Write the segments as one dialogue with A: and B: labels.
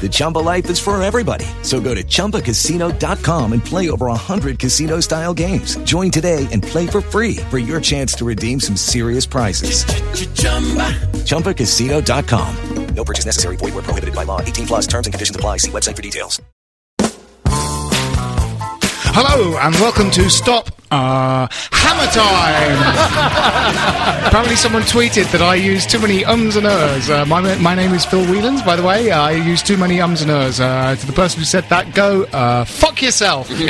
A: The Chumba life is for everybody. So go to ChumbaCasino.com and play over 100 casino-style games. Join today and play for free for your chance to redeem some serious prizes. ChumbaCasino.com.
B: No purchase necessary. Void were prohibited by law. 18 plus terms and conditions apply. See website for details.
C: Hello and welcome to Stop uh, Hammer Time. Apparently, someone tweeted that I use too many ums and ers. Uh, my, my name is Phil Whelans, by the way. Uh, I use too many ums and ers. Uh, to the person who said that, go uh, fuck yourself. so um,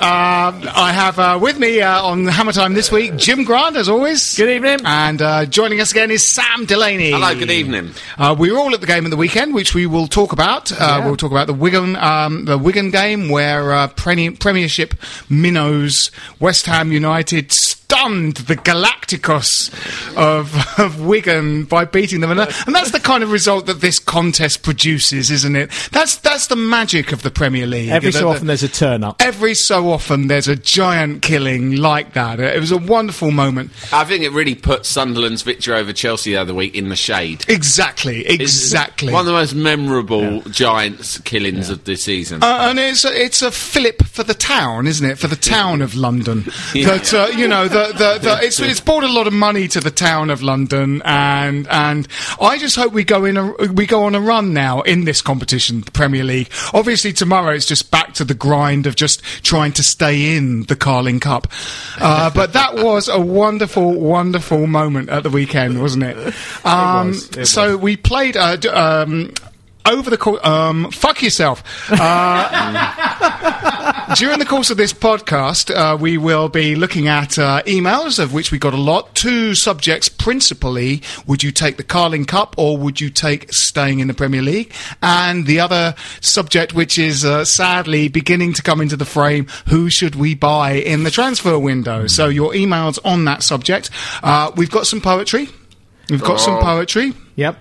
C: I have uh, with me uh, on Hammer Time this week Jim Grant, as always.
D: Good evening.
C: And uh, joining us again is Sam Delaney.
D: Hello, good evening.
C: Uh, we were all at the game at the weekend, which we will talk about. Uh, We'll talk about the Wigan, um, the Wigan game, where uh, Preni- Premiership minnows West Ham United stunned the Galacticos of, of Wigan by beating them, and, uh, and that's the kind of result that this contest produces, isn't it? That's that's the magic of the Premier League.
D: Every
C: The-
D: so
C: the-
D: often there's a turn up.
C: Every so often, there's a giant killing like that. It was a wonderful moment.
E: I think it really put Sunderland's victory over Chelsea the other week in the shade.
C: Exactly,
E: It's
C: exactly.
E: One of the most memorable Giants killings of the season.
C: Uh, and it's a, it's a fillip for the town, isn't it? For the town of London. That uh, you know, the, the, the, it's it's brought a lot of money to the town of London, and and I just hope we go in a, we go on a run now in this competition, the Premier League. Obviously, tomorrow it's just back to the grind of just trying to stay in the Carling Cup. Uh, but that was a wonderful, wonderful moment at the weekend, wasn't it? Um, so we played. Uh, d- um, over the course, um, fuck yourself. Uh, during the course of this podcast, uh, we will be looking at uh, emails, of which we got a lot. Two subjects principally: would you take the Carling Cup or would you take staying in the Premier League? And the other subject, which is uh, sadly beginning to come into the frame: who should we buy in the transfer window? So your emails on that subject. Uh, we've got some poetry. We've got some poetry.
D: Yep.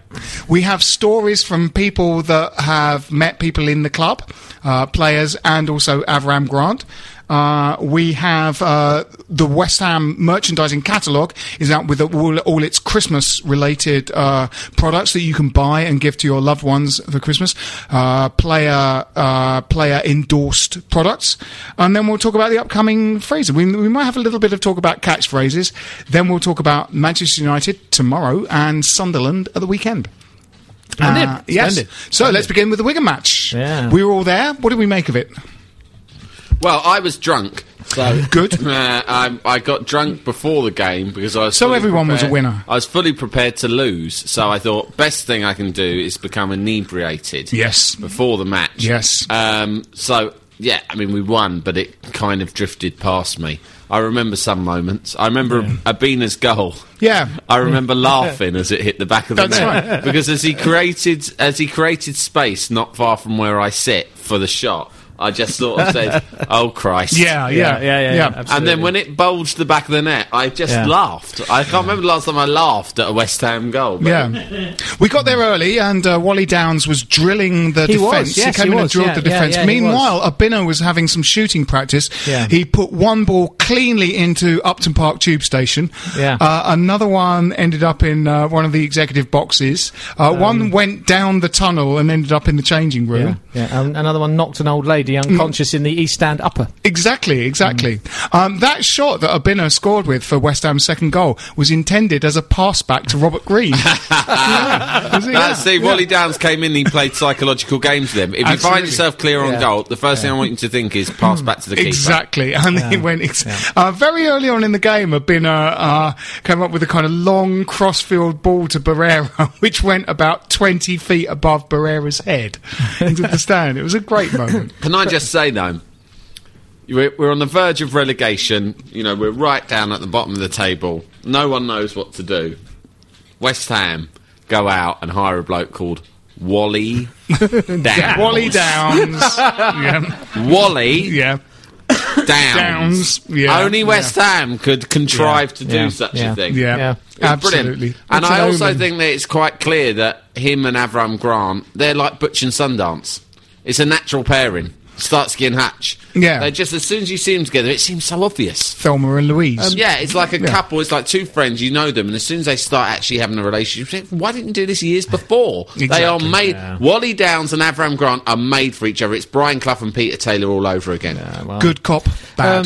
C: We have stories from people that have met people in the club, uh, players, and also Avram Grant. Uh, we have uh, the West Ham merchandising catalogue is out with all, all its Christmas-related uh, products that you can buy and give to your loved ones for Christmas. Uh, player uh, player endorsed products, and then we'll talk about the upcoming Fraser. We, we might have a little bit of talk about catchphrases. Then we'll talk about Manchester United tomorrow and Sunderland at the weekend.
D: Splendid.
C: Uh, yes.
D: Splendid.
C: So let's begin with the Wigan match.
D: Yeah.
C: We were all there. What did we make of it?
E: well, I was drunk. So
C: Good.
E: Uh, I, I got drunk before the game because I was.
C: So
E: fully
C: everyone was a
E: prepared-
C: winner.
E: I was fully prepared to lose, so I thought best thing I can do is become inebriated.
C: Yes.
E: Before the match.
C: Yes.
E: Um, so yeah, I mean we won, but it kind of drifted past me. I remember some moments. I remember Abina's goal.
C: Yeah.
E: I remember laughing as it hit the back of the
C: That's
E: net
C: right.
E: because as he created as he created space not far from where I sit for the shot, I just sort of said, "Oh Christ!"
C: Yeah, yeah, Yeah, yeah, yeah, yeah, yeah. absolutely.
E: And then when it bulged the back of the net, I just
C: Yeah.
E: laughed. I can't remember the last time I laughed at a West Ham goal. But
C: Yeah, we got there early, and uh, Wally Downs was drilling the
E: He was,
C: defence.
E: yes,
C: he
E: he
C: came in and
E: was,
C: drilled
E: yeah,
C: the
E: yeah,
C: defence.
E: yeah, he
C: Meanwhile, Abino was having some shooting practice.
F: Yeah.
C: He put one ball cleanly into Upton Park Tube Station.
F: Yeah.
C: Uh, another one ended up in uh, one of the executive boxes. Uh, one went down the tunnel and ended up in the changing room.
F: Yeah, um, another one knocked an old lady
C: Mm.
F: unconscious in the East End upper.
C: Exactly, exactly. Um, that shot that Abino scored with for West Ham's second goal was intended as a pass back to Robert Green.
E: That's see, Wally Downs came in. He played psychological games with him. If you
C: Absolutely.
E: find yourself clear on
C: Yeah.
E: goal, the first thing I want you to think is pass back to the keeper.
C: Exactly, and he went ex- uh, very early on in the game. Abina uh, came up with a kind of long crossfield ball to Barrera, which went about twenty feet above Barrera's head into the stand. It was a great moment.
E: Can I just say though, we're, we're on the verge of relegation. You know, we're right down at the bottom of the table. No one knows what to do. West Ham go out and hire a bloke called Wally Downs.
C: Wally Downs, yeah.
E: Wally.
C: Yeah.
E: Downs.
C: Downs, yeah.
E: Only West
C: Yeah.
E: Ham could contrive
C: Yeah.
E: to do
C: Yeah.
E: such
C: Yeah.
E: a thing.
C: Yeah. Yeah.
E: It's brilliant.
C: Absolutely.
E: And
C: It's
E: I
C: an
E: also
C: omen.
E: think that it's quite clear that him and Avram Grant, they're like Butch and Sundance. It's a natural pairing. Starsky and Hatch.
C: Yeah.
E: They just as soon as you see them together, it seems so obvious.
C: Thelma and Louise.
E: Um, yeah, it's like a
C: Yeah.
E: couple. It's like two friends. You know them, and as soon as they start actually having a relationship, you think, why didn't you do this years before? They are
C: Exactly,
E: made.
C: yeah.
E: Wally Downs and Avram Grant are made for each other. It's Brian Clough and Peter Taylor all over again.
C: Good cop, bad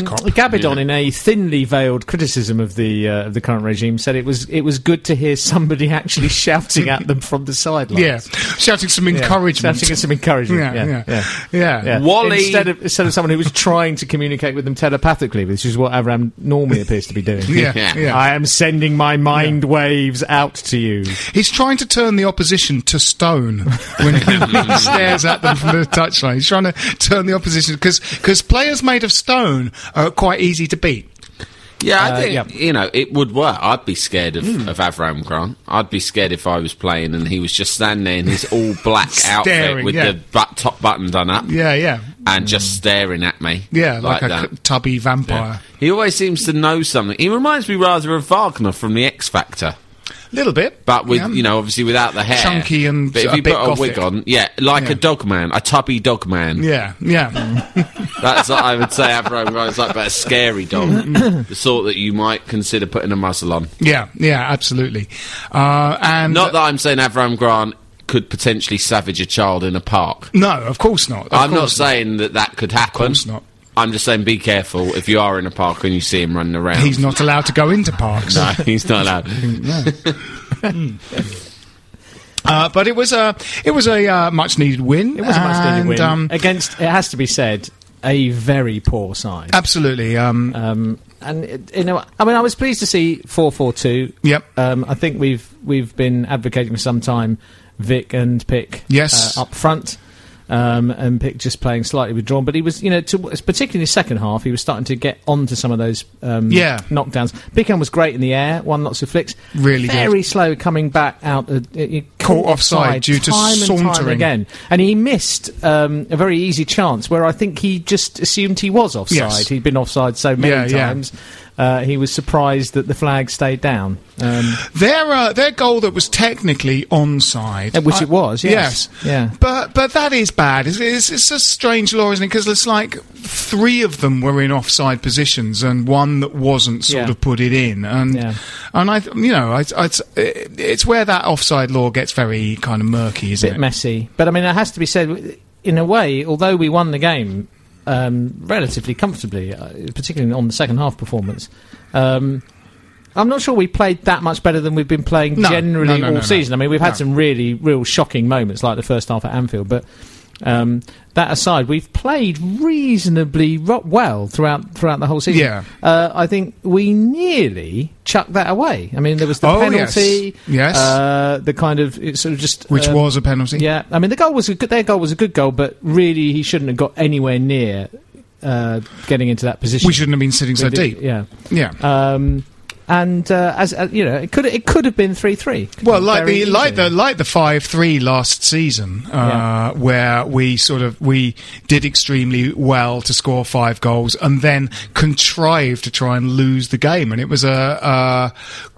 F: Um,
C: cop.
F: Gabadon, in a thinly veiled criticism of the uh, of the current regime, said it was it was good to hear somebody actually shouting at them from the sidelines.
C: Yeah, shouting some
F: Yeah.
C: encouragement.
F: Shouting at some encouragement.
C: Yeah,
F: Yeah,
C: yeah.
F: yeah,
C: Yeah.
E: Wally-
F: Instead of, instead of someone who was trying to communicate with them telepathically, which is what Avram normally appears to be doing.
C: Yeah, Yeah. yeah.
F: I am sending my mind waves out to you.
C: He's trying to turn the opposition to stone when he stares at them from the touchline. He's trying to turn the opposition because players made of stone are quite easy to beat.
E: Yeah, I
C: Uh,
E: think
C: yeah. Hmm.
E: you know it would work. I'd be scared of, of Avram Grant. I'd be scared if I was playing and he was just standing there in his all black outfit
C: Staring,
E: with
C: yeah.
E: the but- top button done up.
C: Yeah, yeah,
E: And just staring at me.
C: yeah, like, a
E: that.
C: c- tubby vampire.
E: He always seems to know something. He reminds me rather of Wagner from The X Factor.
C: A little bit,
E: But with
C: Yeah.
E: you know, obviously without the hair,
C: Chunky and
E: but if
C: a
E: you
C: bit
E: put
C: gothic.
E: a wig on, yeah, like
C: Yeah.
E: a dog man, a tubby dog man.
C: yeah, yeah.
E: That's what I would say. Avram Grant's like, but a scary dog, the sort that you might consider putting a muzzle on.
C: Yeah, yeah, absolutely. Uh, and
E: Not that I'm saying Avram Grant could potentially savage a child in a park.
C: no, of course not. Of
E: I'm not
C: course
E: saying that that could happen. Of course not. I'm just saying be careful if you are in a park and you see him running around.
C: He's not allowed to go into parks.
E: no, he's not allowed.
C: Mm. Uh, but it was a it was a uh, much needed win.
F: It was a much needed
C: And,
F: win
C: um,
F: against. It has to be said, a very poor side.
C: absolutely. Um,
F: Uh. and it- you know, I mean, I was pleased to see four four two.
C: Yep.
F: Um, I think we've we've been advocating for some time, Vic and Pick.
C: Yes.
F: uh, up front. Um, and Pick just playing slightly withdrawn, but he was, you know, to, particularly in his second half, he was starting to get onto some of those um,
C: Yeah.
F: knockdowns. Pickham was great in the air, won lots of flicks.
C: Really good.
F: very slow coming back out. Uh, uh,
C: Caught offside due to
F: time and time
C: sauntering.
F: again and he missed um, a very easy chance where I think he just assumed he was offside.
C: Yes.
F: He'd been offside so many
C: Yeah, yeah.
F: times. Uh, he was surprised that the flag stayed down. Um,
C: Their uh, their goal that was technically onside,
F: Uh, which
C: I-
F: it was, yes. Yeah.
C: But but that is bad. It's, it's, it's a strange law, isn't it? Because it's like three of them were in offside positions, and one that wasn't sort
F: Yeah.
C: of put it in, and and I th- you know I, I, it's it's where that offside law gets very kind of murky, isn't
F: bit
C: it?
F: messy. But I mean, it has to be said, in a way, although we won the game um, relatively comfortably, uh, particularly on the second half performance. Um, I'm not sure we played that much better than we've been playing
C: No,
F: generally
C: no, no,
F: all
C: no, no.
F: season. I mean, we've had
C: No.
F: some really, real shocking moments like the first half at Anfield, but um, that aside, we've played reasonably ro- well throughout throughout the whole season.
C: Yeah.
F: Uh, I think we nearly chucked that away. I mean, there was the
C: Oh, yes.
F: penalty,
C: Yes.
F: uh, the kind of it sort of just um,
C: Which was a penalty.
F: yeah, I mean the goal was a good, their goal was a good goal, but really he shouldn't have got anywhere near uh, getting into that position.
C: We shouldn't have been sitting so
F: We did-
C: deep.
F: Yeah,
C: Yeah.
F: Um, And uh, as uh, you know, it could it could have been three three.
C: Well, like the like the like the five three last season, uh, where we sort of we did extremely well to score five goals and then contrived to try and lose the game, and it was a, a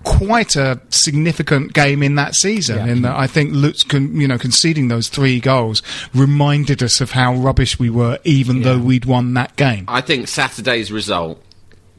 C: quite a significant game in that season. In that, I think Lutz con, you know conceding those three goals reminded us of how rubbish we were, even though we'd won that game.
E: I think Saturday's result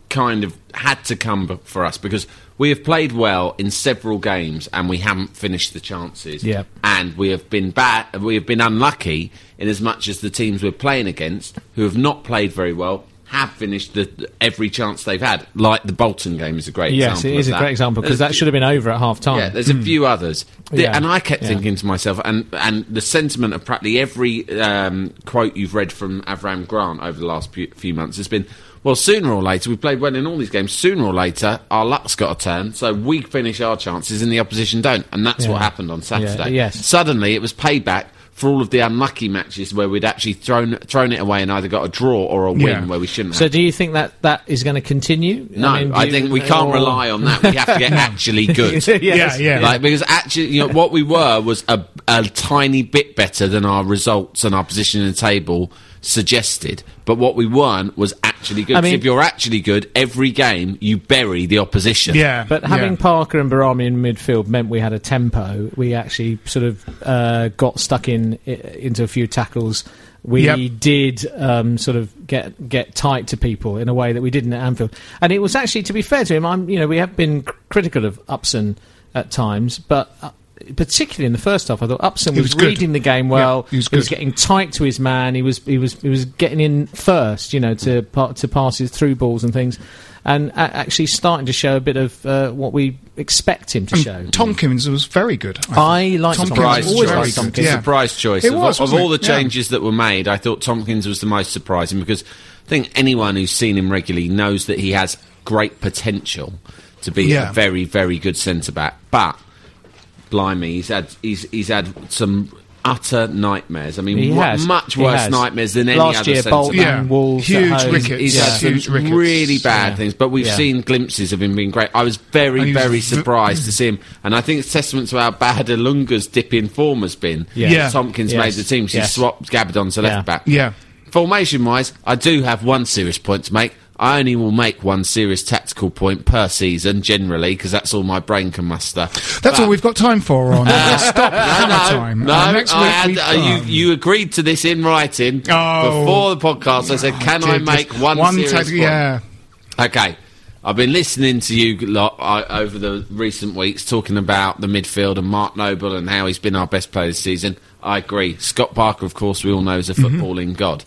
E: kind of had to come b- for us because we have played well in several games and we haven't finished the chances.
F: Yeah.
E: And we have been bad we have been unlucky in as much as the teams we're playing against who have not played very well have finished the, every chance they've had. Like the Bolton game is a great
F: yes,
E: example.
F: it is
E: of
F: a great example because
E: There's-
F: that should have been over at half time. Mm.
E: yeah, there's a few others, The-
F: Yeah.
E: and I kept
F: Yeah.
E: thinking to myself, and and the sentiment of practically every um, quote you've read from Avram Grant over the last few, few months has been, well, sooner or later we've played well in all these games. Sooner or later, our luck's got to turn, so we finish our chances and the opposition don't, and that's
F: Yeah.
E: what happened on Saturday.
F: yes.
E: suddenly it was payback. For all of the unlucky matches where we'd actually thrown thrown it away and either got a draw or a win
F: Yeah.
E: where we shouldn't have.
F: So, do you think that that is going to continue?
E: No, I,
F: mean, do you-
E: think we can't
F: or-
E: rely on that. We have to get actually good.
F: Yes. Yeah, yeah.
E: Like because actually, you know, what we were was a, a tiny bit better than our results and our position in the table suggested. But what we weren't was actually good.
F: I
E: 'Cause
F: mean-
E: if you're actually good, every game you bury the opposition.
F: But having Parker and Barami in midfield meant we had a tempo. We actually sort of uh, got stuck in i- into a few tackles. We
C: Yep.
F: did um, sort of get get tight to people in a way that we didn't at Anfield. And it was actually, to be fair to him, I'm you know we have been c- critical of Upson at times, but. Uh, Particularly in the first half, I thought Upson
C: He
F: was,
C: was good.
F: reading the game well.
C: Yeah, he was
F: he was
C: good.
F: getting tight to his man. He was he was he was getting in first, you know, to pa- to passes through balls and things, and a- actually starting to show a bit of uh, what we expect him to
C: And
F: show.
C: Tompkins was very good.
F: I like
C: Tompkins
E: Surprise
C: was
E: choice.
C: very good,
E: Tompkins.
C: yeah.
E: Surprise choice.
C: It
E: of,
C: was,
E: of
C: wasn't
E: all
C: it?
E: the
C: Yeah.
E: changes that were made, I thought Tompkins was the most surprising because I think anyone who's seen him regularly knows that he has great potential to be
C: Yeah.
E: a very, very good centre back. But blimey, he's had he's he's had some utter nightmares. I mean,
F: He
E: what,
F: has.
E: much
F: He
E: worse
F: has.
E: nightmares than any
F: Last
E: other
F: year,
E: centre
F: Bolton,
E: back.
F: Yeah. Wolves at Huge home. wickets,
E: He's had
F: huge
E: some
F: wickets.
E: really bad
F: Yeah.
E: things, but we've
F: Yeah.
E: seen glimpses of him being great. I was
C: And
E: very,
C: he was
E: very
C: v-
E: surprised to see him, and I think it's testament to how bad Alunga's dip in form has been.
C: Yeah. Yeah.
E: Tompkins
C: Yes.
E: made the team. She
C: Yes.
E: swapped Gabadon to left back.
C: Yeah.
E: Formation wise, I do have one serious point to make. I only will make one serious tactical point per season, generally, because that's all my brain can muster.
C: That's all we've got time for on uh, Stop Hammer
E: no,
C: Time.
E: No,
C: Uh, next
E: I
C: week
E: had,
C: we've
E: uh, you, you agreed to this in writing before the podcast. I said, "Can I
C: did
E: make
C: this-
E: one,
C: one
E: serious
C: tag-
E: point?
C: yeah.
E: Okay, I've been listening to you lot I, over the recent weeks talking about the midfield and Mark Noble and how he's been our best player this season. I agree. Scott Parker, of course, we all know is a
G: Mhm.
E: footballing god.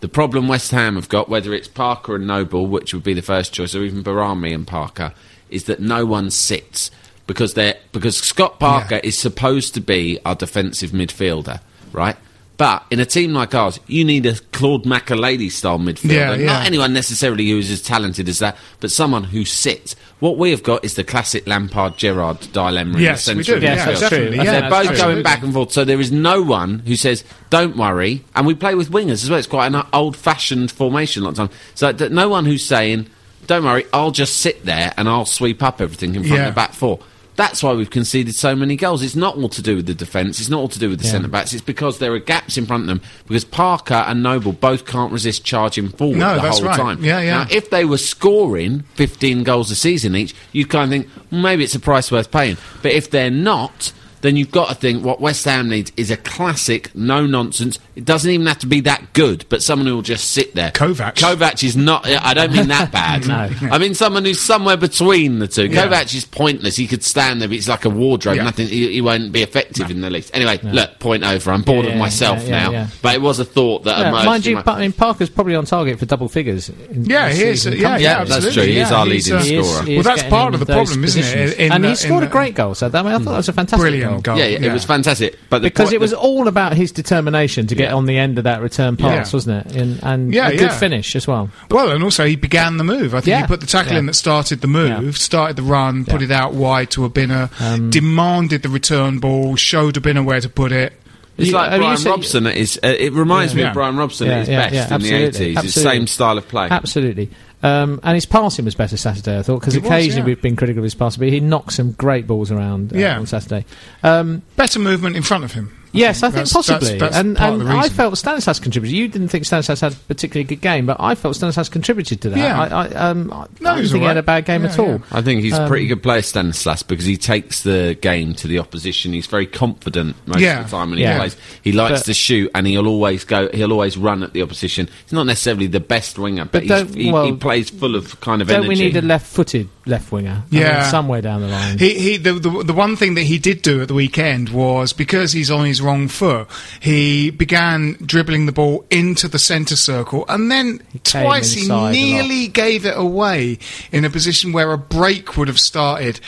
E: The problem West Ham have got, whether it's Parker and Noble, which would be the first choice, or even Barami and Parker, is that no one sits because they're because Scott Parker is supposed to be our defensive midfielder, right? But in a team like ours, you need a Claude Makalady style midfielder,
C: Yeah,
E: not
C: yeah.
E: anyone necessarily who is as talented as that, but someone who sits. What we have got is the classic Lampard Gerard dilemma.
C: Yes,
E: in
C: we
E: the central
C: do. Yes,
E: midfield.
C: that's true.
E: And
C: Yeah,
E: they're
C: that's
E: both
C: true.
E: going back and forth. So there is no one who says, "Don't worry." And we play with wingers as well. It's quite an old-fashioned formation a lot of time. So th- no one who's saying, "Don't worry, I'll just sit there and I'll sweep up everything in front
C: Yeah.
E: of the back four. That's why we've conceded so many goals. It's not all to do with the defence. It's not all to do with the
C: Yeah.
E: centre backs. It's because there are gaps in front of them. Because Parker and Noble both can't resist charging forward
C: No,
E: the
C: that's
E: whole
C: right.
E: time.
C: Yeah, yeah.
E: Now, if they were scoring 15 goals a season each, you'd kind of think "Mm, maybe it's a price worth paying. But if they're not, then you've got to think what West Ham needs is a classic, no nonsense. It doesn't even have to be that good, but someone who will just sit there. Kovac. Kovac is not. I don't mean that bad.
F: No.
E: I mean someone who's somewhere between the two.
F: Yeah.
E: Kovac is pointless. He could stand there, but it's like a wardrobe.
F: Yeah.
E: Nothing. He, he won't be effective in the least. Anyway, look, point over. I'm bored
F: Yeah,
E: of myself
F: yeah, yeah,
E: now.
F: yeah.
E: But it was a thought that
F: Yeah,
E: emerged.
F: mind
E: in
F: you,
E: my-
F: Pa- I mean, Parker's probably on target for double figures. in
C: Yeah,
F: this
C: he is,
F: season.
C: uh, yeah,
F: Comes
C: yeah,
F: out.
C: absolutely, That's true, he is yeah, our he's, leading uh,
F: He is-
C: scorer.
F: he
C: Well,
F: is
C: that's
F: getting
C: part
F: in
C: of the
F: those
C: problem, isn't it?
F: positions.
C: In
F: and
C: the-
F: he scored
C: in
F: a great goal, so that, I, mean, I thought that was a fantastic
C: Brilliant goal,
E: Yeah, yeah, it was fantastic. But the
F: because
E: point-
F: it was all about his determination to get on the end of that return pass,
C: Yeah.
F: wasn't it? And, and
C: Yeah,
F: a good
C: yeah.
F: finish as well.
C: Well, and also he began the move. I think
F: Yeah.
C: he put the tackle
F: Yeah. Um,
C: in that started the move, started the run, put it out wide to Abina, demanded the return ball, showed Abina where to put it.
E: It's like Brian Robson. at his, uh, it reminds me
C: Yeah.
E: of Brian Robson
C: Yeah,
E: at his
C: yeah,
E: best
C: yeah,
E: in the
C: absolutely,
E: eighties. It's the
C: absolutely.
E: same style of play.
F: Absolutely. Um, and his passing was better Saturday, I thought, because
C: It was,
F: occasionally
C: yeah.
F: we've been critical of his passing, but he knocked some great balls around uh,
C: Yeah.
F: on Saturday. Um,
C: Better movement in front of him.
F: Yes, I think
C: That's- that's-
F: possibly.
C: that's
F: and
C: part
F: and
C: of the
F: I
C: reason.
F: felt Stanislas contributed. You didn't think Stanislas had a particularly good game, but I felt Stanislas contributed to that.
C: Yeah.
F: I, I, um, I,
C: No,
F: I
C: he
F: didn't
C: was
F: think he
C: all
F: had
C: right.
F: a bad game
C: Yeah,
F: at all.
C: yeah.
E: I think he's a
F: Um,
E: pretty good player, Stanislas, because he takes the game to the opposition. He's very confident most
F: Yeah.
E: of the time when he
F: Yeah.
E: plays. He likes
F: But-
E: to shoot, and he'll always go. He'll always run at the opposition. He's not necessarily the best winger, but,
F: But
E: he's,
F: don't-
E: he,
F: well,
E: he plays full of kind of
F: Don't
E: energy.
F: we need a left-footed left winger? I
C: Yeah.
F: mean, somewhere down the line.
C: He, he the, the the one thing that he did do at the weekend was because he's on his wrong foot, he began dribbling the ball into the centre circle, and then
F: came
C: twice he
F: inside a lot.
C: nearly gave it away in a position where a break would have started.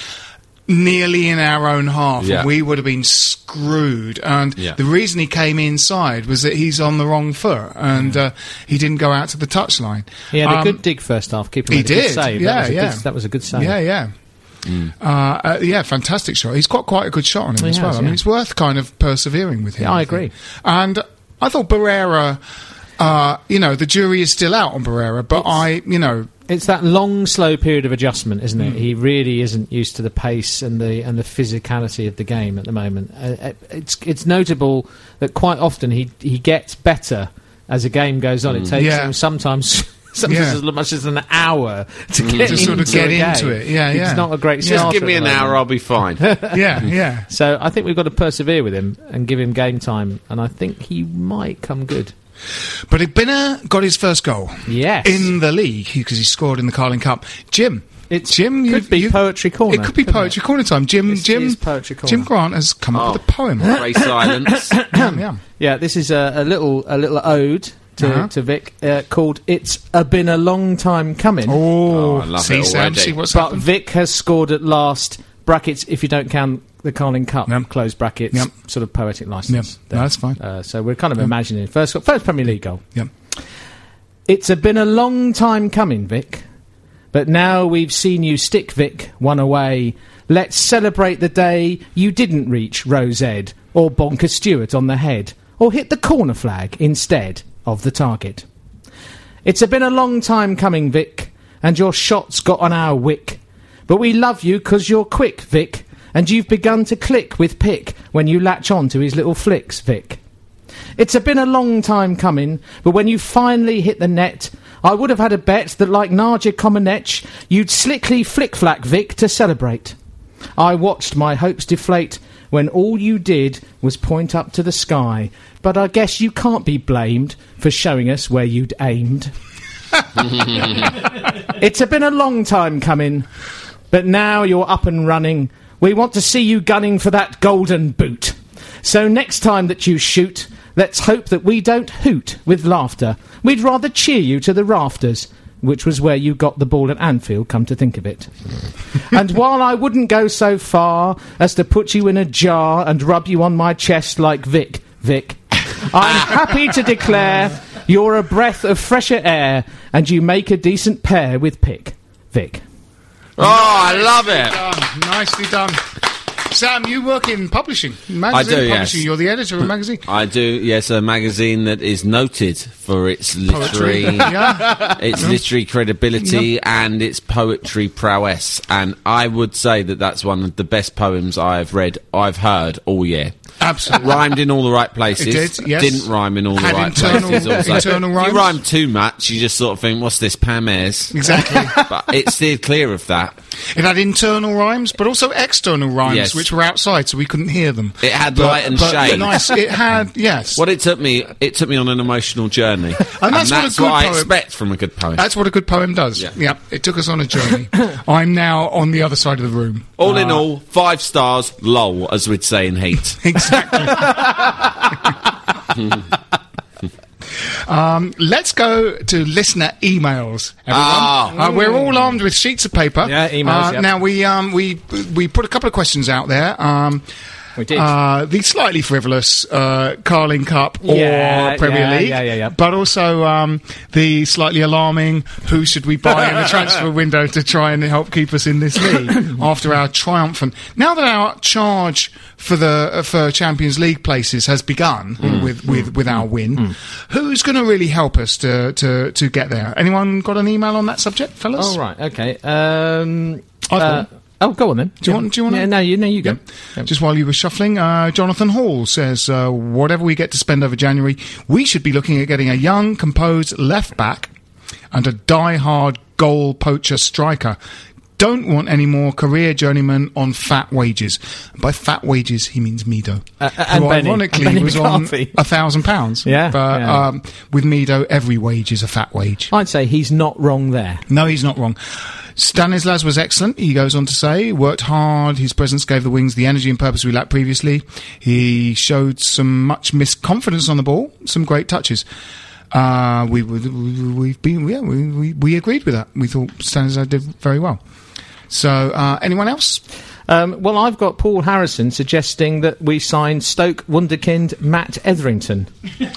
C: Nearly in our own half,
E: Yeah.
C: and we would have been screwed. And
E: Yeah.
C: the reason he came inside was that he's on the wrong foot, and uh, he didn't go out to the touchline.
F: He had a
C: Um,
F: good dig first half. Keeper
C: he
F: made a
C: did.
F: good save.
C: Yeah,
F: that was a
C: yeah.
F: Good, that was a good save.
C: Yeah, yeah. Uh, uh, yeah, fantastic shot. He's got quite a good shot on him
F: He
C: as well.
F: has,
C: I mean,
F: yeah.
C: it's worth kind of persevering with him.
F: Yeah, I
C: think.
F: agree.
C: And I thought Barrera, uh, you know, the jury is still out on Barrera, but I, you know,
F: It's that long, slow period of adjustment, isn't
C: Mm.
F: it? He really isn't used to the pace and the and the physicality of the game at the moment. Uh, it- it's it's notable that quite often he he gets better as a game goes on. It takes
C: Mm. Yeah.
F: him sometimes. Sometimes
C: Yeah. Mm.
F: as much as an hour to get
C: To sort of
F: into
C: get
F: a
C: into
F: game.
C: it. Yeah,
F: He's
C: yeah.
F: not a great
C: Just
F: starter.
E: Give me
F: at
E: an
F: the moment.
E: hour, I'll be fine.
C: yeah, yeah.
F: So I think we've got to persevere with him and give him game time, and I think he might come good.
C: But Ibina got his first goal.
F: Yes.
C: In the league, because he scored in the Carling Cup. Jim. It's, Jim,
F: could be poetry corner,
C: It could be
F: couldn't
C: poetry corner time. Jim,
F: It's-
C: Jim,
F: it is poetry corner.
C: Jim Grant has come up
E: Oh,
C: with a poem.
E: Great silence.
C: Yum, yum.
F: Yeah, this is a, a little a little ode to,
C: Uh-huh.
F: to Vic uh, called "It's a been a long time coming."
C: Oh,
E: I love
C: see,
E: it
C: Sam,
E: already.
C: see what's
F: but
C: happened.
F: Vic has scored at last. Brackets, if you don't count the Carling Cup, close brackets.
C: Yep.
F: Sort of poetic license.
C: Yep. No, that's fine.
F: Uh, so we're kind of imagining first go- first Premier League goal.
C: Yep.
F: It's a been a long time coming, Vic. But now we've seen you stick, Vic, one away. Let's celebrate the day you didn't reach Rose Ed or Bonker Stewart on the head or hit the corner flag instead of the target. It's a been a long time coming, Vic, and your shots got on our wick. But we love you 'cause you're quick, Vic, and you've begun to click with Pick when you latch on to his little flicks, Vic. It's a been a long time coming, but when you finally hit the net, I would have had a bet that, like Naja Comaneci, you'd slickly flick flack Vic to celebrate. I watched my hopes deflate when all you did was point up to the sky, but I guess you can't be blamed for showing us where you'd aimed. It's a been a long time coming, but now you're up and running. We want to see you gunning for that golden boot. So next time that you shoot, let's hope that we don't hoot with laughter. We'd rather cheer you to the rafters, which was where you got the ball at Anfield, come to think of it. and while I wouldn't go so far as to put you in a jar and rub you on my chest like Vic, Vic, I'm happy to declare you're a breath of fresher air and you make a decent pair with Pick, Vic.
E: oh, I love it.
C: Done. Nicely done. Sam, you work in publishing, magazine
E: I do, yes.
C: publishing. You're the editor of a magazine.
E: I do. Yes, a magazine that is noted for its
C: Poetry.
E: literary.
C: yeah.
E: its literary credibility and its poetry prowess. And I would say that that's one of the best poems I've read, I've heard all year.
C: Absolutely.
E: Rhymed in all the right places.
C: It did, yes.
E: not rhyme in all
C: Had
E: the right
C: internal-
E: places. Also.
C: internal
E: If
C: rhymes.
E: you rhyme too much, you just sort of think, what's this, Pam airs?
C: Exactly.
E: but it steered clear of that.
C: It had internal rhymes, but also external rhymes,
E: Yes.
C: which were outside, so we couldn't hear them.
E: It had
C: But-
E: light and
C: but
E: shade.
C: Nice. It had yes.
E: What it took me, it took me on an emotional journey, and that's,
C: that's what a good
E: I
C: poem-
E: expect from a good poem.
C: That's what a good poem does. Yeah.
E: Yeah.
C: It took us on a journey. I'm now on the other side of the room.
E: all in all, five stars, lol, as we'd say in Heat.
C: Um, let's go to listener emails. Everyone,
E: Ah.
C: Uh, we're all armed with sheets of paper.
F: Yeah, emails,
C: Uh,
F: yep.
C: Now we um, we we put a couple of questions out there. Um,
F: We did.
C: Uh, the slightly frivolous uh, Carling Cup or
F: Yeah,
C: Premier
F: yeah,
C: League,
F: yeah, yeah, yeah.
C: but also um, the slightly alarming who should we buy in the transfer window to try and help keep us in this league after our triumphant. Now that our charge for the uh, for Champions League places has begun with, with, with our win, who's going to really help us to, to, to get there? Anyone got an email on that subject, fellas?
F: oh, right. Okay. Um,
C: I've
F: uh,
C: got
F: oh, go on then.
C: Do you want? Do you want?
F: Yeah, no, you, no, you go.
C: Just while you were shuffling, uh, Jonathan Hall says, uh, "Whatever we get to spend over January, we should be looking at getting a young, composed left back and a die-hard goal poacher striker. Don't want any more career journeymen on fat wages. By fat wages, he means Mido,
F: Uh, uh, and
C: who
F: Benny.
C: ironically
F: And Benny
C: was
F: McCarthy.
C: on a thousand pounds.
F: Yeah,
C: but
F: yeah.
C: Um, with Mido, every wage is a fat wage.
F: I'd say he's not wrong there.
C: No, he's not wrong. Stanislas was excellent, he goes on to say. Worked hard, his presence gave the wings the energy and purpose we lacked previously. He showed some much missed confidence on the ball, some great touches. Uh, we, we, we've been, yeah, we, we, we agreed with that. We thought Stanislas did very well. So, uh, anyone else?
F: Um, well, I've got Paul Harrison suggesting that we sign Stoke wunderkind Matt Etherington.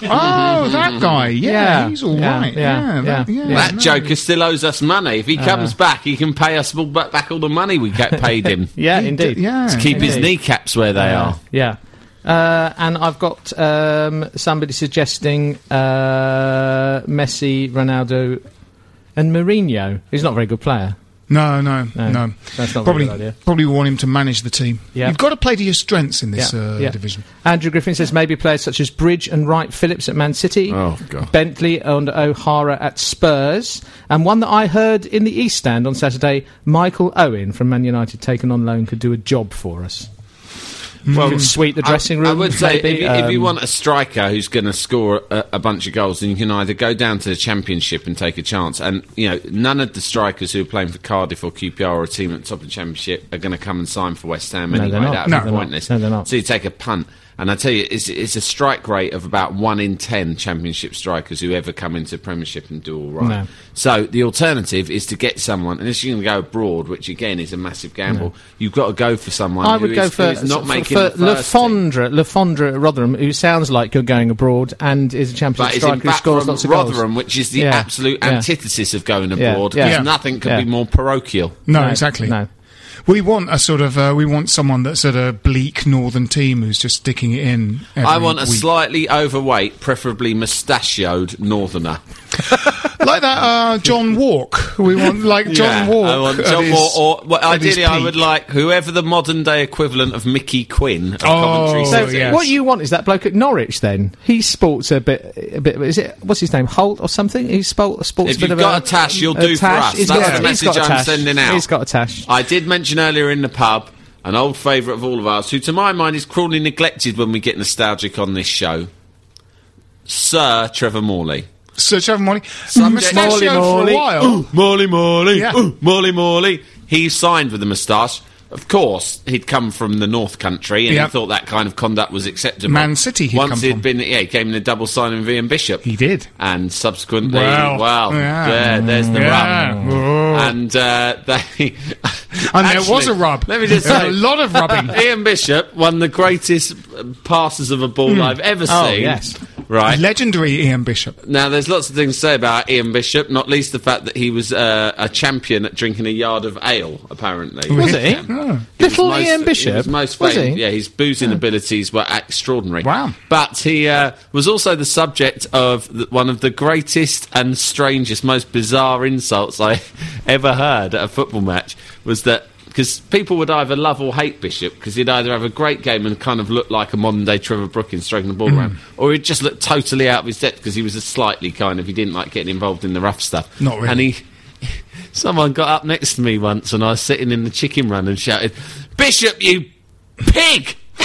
C: Oh, that guy. Yeah, he's all right.
F: yeah,
C: Yeah,
F: yeah,
C: that- yeah. Uh-huh.
E: that joker still owes us money. If he comes back, he can pay us all back, back all the money we get paid him.
F: Yeah, indeed.
C: yeah,
E: to keep his
F: indeed.
E: kneecaps where they are.
F: Yeah. Uh, and I've got um, somebody suggesting uh, Messi, Ronaldo, and Mourinho. He's not a very good player.
C: No, no,
F: No,
C: no.
F: that's not a
C: probably,
F: good idea.
C: probably want him to manage the team.
F: Yeah.
C: You've got to play to your strengths in this uh, division.
F: Andrew Griffin says maybe players such as Bridge and Wright Phillips at Man City,
E: Oh, God.
F: Bentley and O'Hara at Spurs, and one that I heard in the East Stand on Saturday, Michael Owen from Man United, taken on loan, could do a job for us. Well, could sweep the
E: I-
F: dressing
E: I,
F: room.
E: would say
F: maybe,
E: if, you, if you
F: um,
E: want a striker who's going to score a, a bunch of goals, then you can either go down to the championship and take a chance. And you know, none of the strikers who are playing for Cardiff or QPR or a team at the top of the championship are going to come and sign for West Ham
F: No,
E: anyway.
F: they're not.
E: That would
F: No,
E: be
F: they're not.
E: pointless.
F: No, they're not.
E: So you take a punt. And I tell you, it's, it's a strike rate of about one in ten championship strikers who ever come into Premiership and do all right.
F: No.
E: So the alternative is to get someone, unless you're going to go abroad, which again is a massive gamble. You've got to go for someone.
F: I
E: who
F: would
E: is-
F: go
E: who
F: for,
E: is not
F: for,
E: making
F: for
E: the first
F: Lafondra, Lafondra at Rotherham, who sounds like you're going abroad and is a championship
E: but it's in
F: striker who
E: back
F: scores
E: from
F: lots of
E: Rotherham,
F: goals.
E: which is the
F: Yeah,
E: absolute
F: yeah.
E: antithesis of going
F: Yeah,
E: abroad.
F: yeah.
E: Because
F: Yeah.
E: nothing could
F: Yeah.
E: be more parochial.
C: No, exactly.
F: No.
C: We want a sort of uh, we want someone that's at a bleak northern team who's just sticking it in. Every
E: I want a
C: week.
E: slightly overweight, preferably mustachioed northerner.
C: like that uh, John Walk. We want like John
E: Yeah,
C: Walk.
E: I want
C: at
E: John
C: his-
E: Walk. Or, well,
C: at his
E: ideally, I would
C: peak.
E: like whoever the modern day equivalent of Mickey Quinn
C: Oh,
E: of Coventry
F: So
E: City.
F: what you want is that bloke at Norwich. Then he sports a bit, a bit. Is it what's his name, Holt or something? He sport, sports
E: If
F: a bit
E: you've
F: of
E: got
F: a,
E: a tash, you'll
F: a
E: do for
F: tash.
E: us.
F: He's
E: That's
F: got a-
E: the
F: he's got
E: message
F: a
E: I'm
F: tash.
E: sending out.
F: He's got a tash.
E: I did mention earlier in the pub an old favourite of all of ours, who to my mind is cruelly neglected when we get nostalgic on this show. Sir Trevor Morley.
C: Sir Trevor Morley.
E: Subject-
C: Mustachio for a while.
E: Ooh, Morley, Morley.
C: Yeah.
E: Ooh, Morley, Morley. He signed with a moustache. Of course, he'd come from the North Country and
C: Yeah.
E: he thought that kind of conduct was acceptable.
C: Man City he'd
E: Once
C: come
E: he'd
C: from.
E: been, yeah, he came in a double signing with Ian Bishop. He
C: did.
E: And subsequently,
C: Well,
E: well,
C: yeah.
E: there- there's the
C: Yeah.
E: rub.
C: Oh.
E: And uh, they.
C: And there was a rub.
E: Let me just
C: There was
E: say.
C: a lot of rubbing.
E: Ian Bishop, one of the greatest uh, passes of a ball I've ever
C: Oh,
E: seen.
C: yes.
E: Right.
C: Legendary Ian Bishop.
E: Now, there's lots of things to say about Ian Bishop, not least the fact that he was uh, a champion at drinking a yard of ale, apparently.
F: Was he? Hmm.
E: was
F: Little
E: most-
F: Ian
E: he
F: Bishop.
E: was most
F: Was
E: famous.
F: he?
E: Yeah, his boozing abilities were extraordinary.
F: Wow.
E: But he uh, was also the subject of the, one of the greatest and strangest, most bizarre insults I ever heard at a football match. Was that because people would either love or hate Bishop because he'd either have a great game and kind of look like a modern day Trevor Brookins stroking the ball around, or he'd just look totally out of his depth because he was a slightly kind of he didn't like getting involved in the rough stuff.
C: Not really.
E: And he Someone got up next to me once and I was sitting in the chicken run and shouted, Bishop, you pig!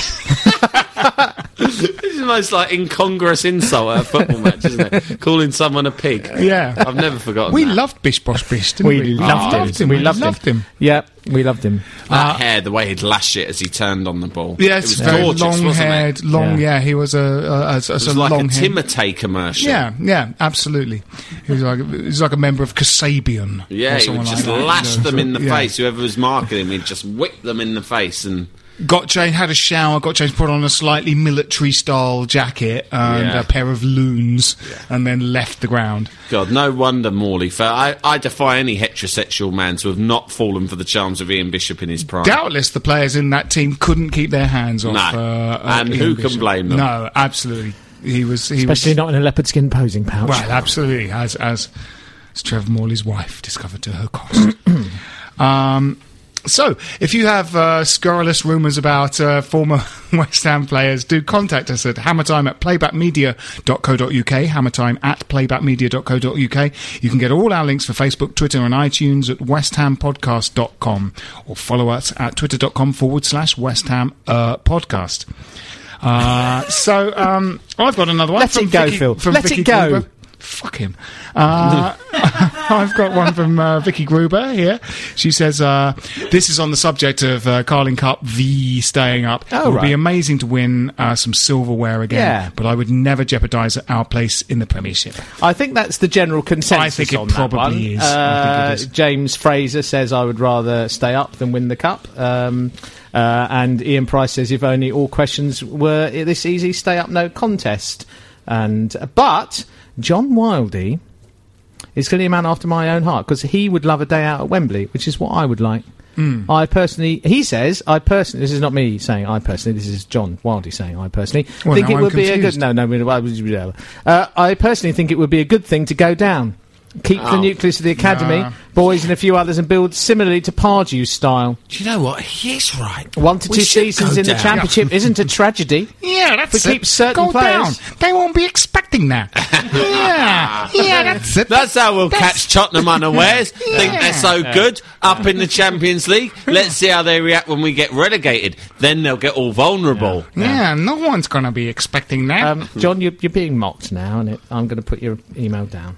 E: this is the most like incongruous insult at a football match, isn't it? Calling someone a pig.
C: Yeah.
E: I've never forgotten.
C: We
E: that.
C: loved Bish Bosh Bish, didn't we?
F: We loved him. We loved him. Yeah, we loved him.
E: that hair, the way he'd lash it as he turned on the ball.
C: Yes,
E: it was
C: very
E: gorgeous,
C: long
E: wasn't
C: haired,
E: it?
C: long. Yeah. he was a, a, a, a
E: It was
C: sort of
E: like a
C: long hair-
E: Timotei commercial.
C: Yeah, yeah, absolutely. He was like he was like a member of Kasabian.
E: Yeah,
C: or
E: he would
C: someone
E: just
C: like that,
E: lash
C: you know,
E: them in the
C: yeah.
E: face. Whoever was marking him, he'd just whip them in the face and
C: Got changed, had a shower, got changed, put on a slightly military style jacket and
E: Yeah.
C: a pair of loons, and then left the ground.
E: God, no wonder Morley fell. I, I defy any heterosexual man to have not fallen for the charms of Ian Bishop in his prime.
C: Doubtless the players in that team couldn't keep their hands off.
E: No.
C: uh, uh,
E: And
C: Ian
E: who can
C: Bishop.
E: blame them?
C: No, absolutely. He was. He
F: Especially
C: was,
F: not in a leopard skin posing pouch.
C: Well, absolutely, as as as Trevor Morley's wife discovered to her cost. um, so, if you have uh, scurrilous rumours about uh, former West Ham players, do contact us at hammertime at playbackmedia.co.uk, hammertime at playbackmedia.co.uk. You can get all our links for Facebook, Twitter and iTunes at westhampodcast.com or follow us at twitter.com forward slash West Ham uh, podcast. Uh, so, um, I've got another one.
F: Let
C: from
F: it go,
C: Vicky-
F: Phil.
C: from
F: Let
C: Vicky
F: it go.
C: Gruber. Fuck him. Uh, I've got one from uh, Vicky Gruber here. She says, uh, This is on the subject of uh, Carling Cup v staying up.
F: Oh,
C: it would be
F: right.
C: amazing to win uh, some silverware again,
F: Yeah.
C: but I would never jeopardise our place in the Premiership.
F: I think that's the general consensus.
C: I think it
F: on that
C: probably
F: one.
C: is. I
F: Uh,
C: think it is.
F: James Fraser says I would rather stay up than win the cup. Um, uh, and Ian Price says if only all questions were i- this easy, stay up no contest. And uh, but John Wildey is clearly a man after my own heart because he would love a day out at Wembley, which is what I would like.
C: Hmm.
F: I personally, he says, I personally, this is not me saying I personally, this is John Wildey saying I personally,
C: Well,
F: think
C: now
F: it
C: I'm
F: would be a good,
C: confused.
F: Uh, no, no, we- why would you do that? uh, I personally think it would be a good thing to go down, keep the
E: Oh.
F: nucleus of the academy,
E: Nah.
F: boys and a few others, and build similarly to Pardew's style.
E: Do you know what? He is right.
F: One to
E: We
F: two
E: should
F: seasons
E: go
F: in the
E: down.
F: championship isn't a tragedy.
C: Yeah, that's
F: We
C: it.
F: keep certain
C: Go
F: players-
C: down. They won't be expecting that. yeah, yeah, that's it.
E: That's how we'll catch Tottenham unawares. Think they're so
F: Yeah.
E: good up in the Champions League. Let's see how they react when we get relegated. Then they'll get all vulnerable.
C: Yeah, no one's going to be expecting that.
F: Um, John, you're, you're being mocked now, and it, I'm going to put your email down.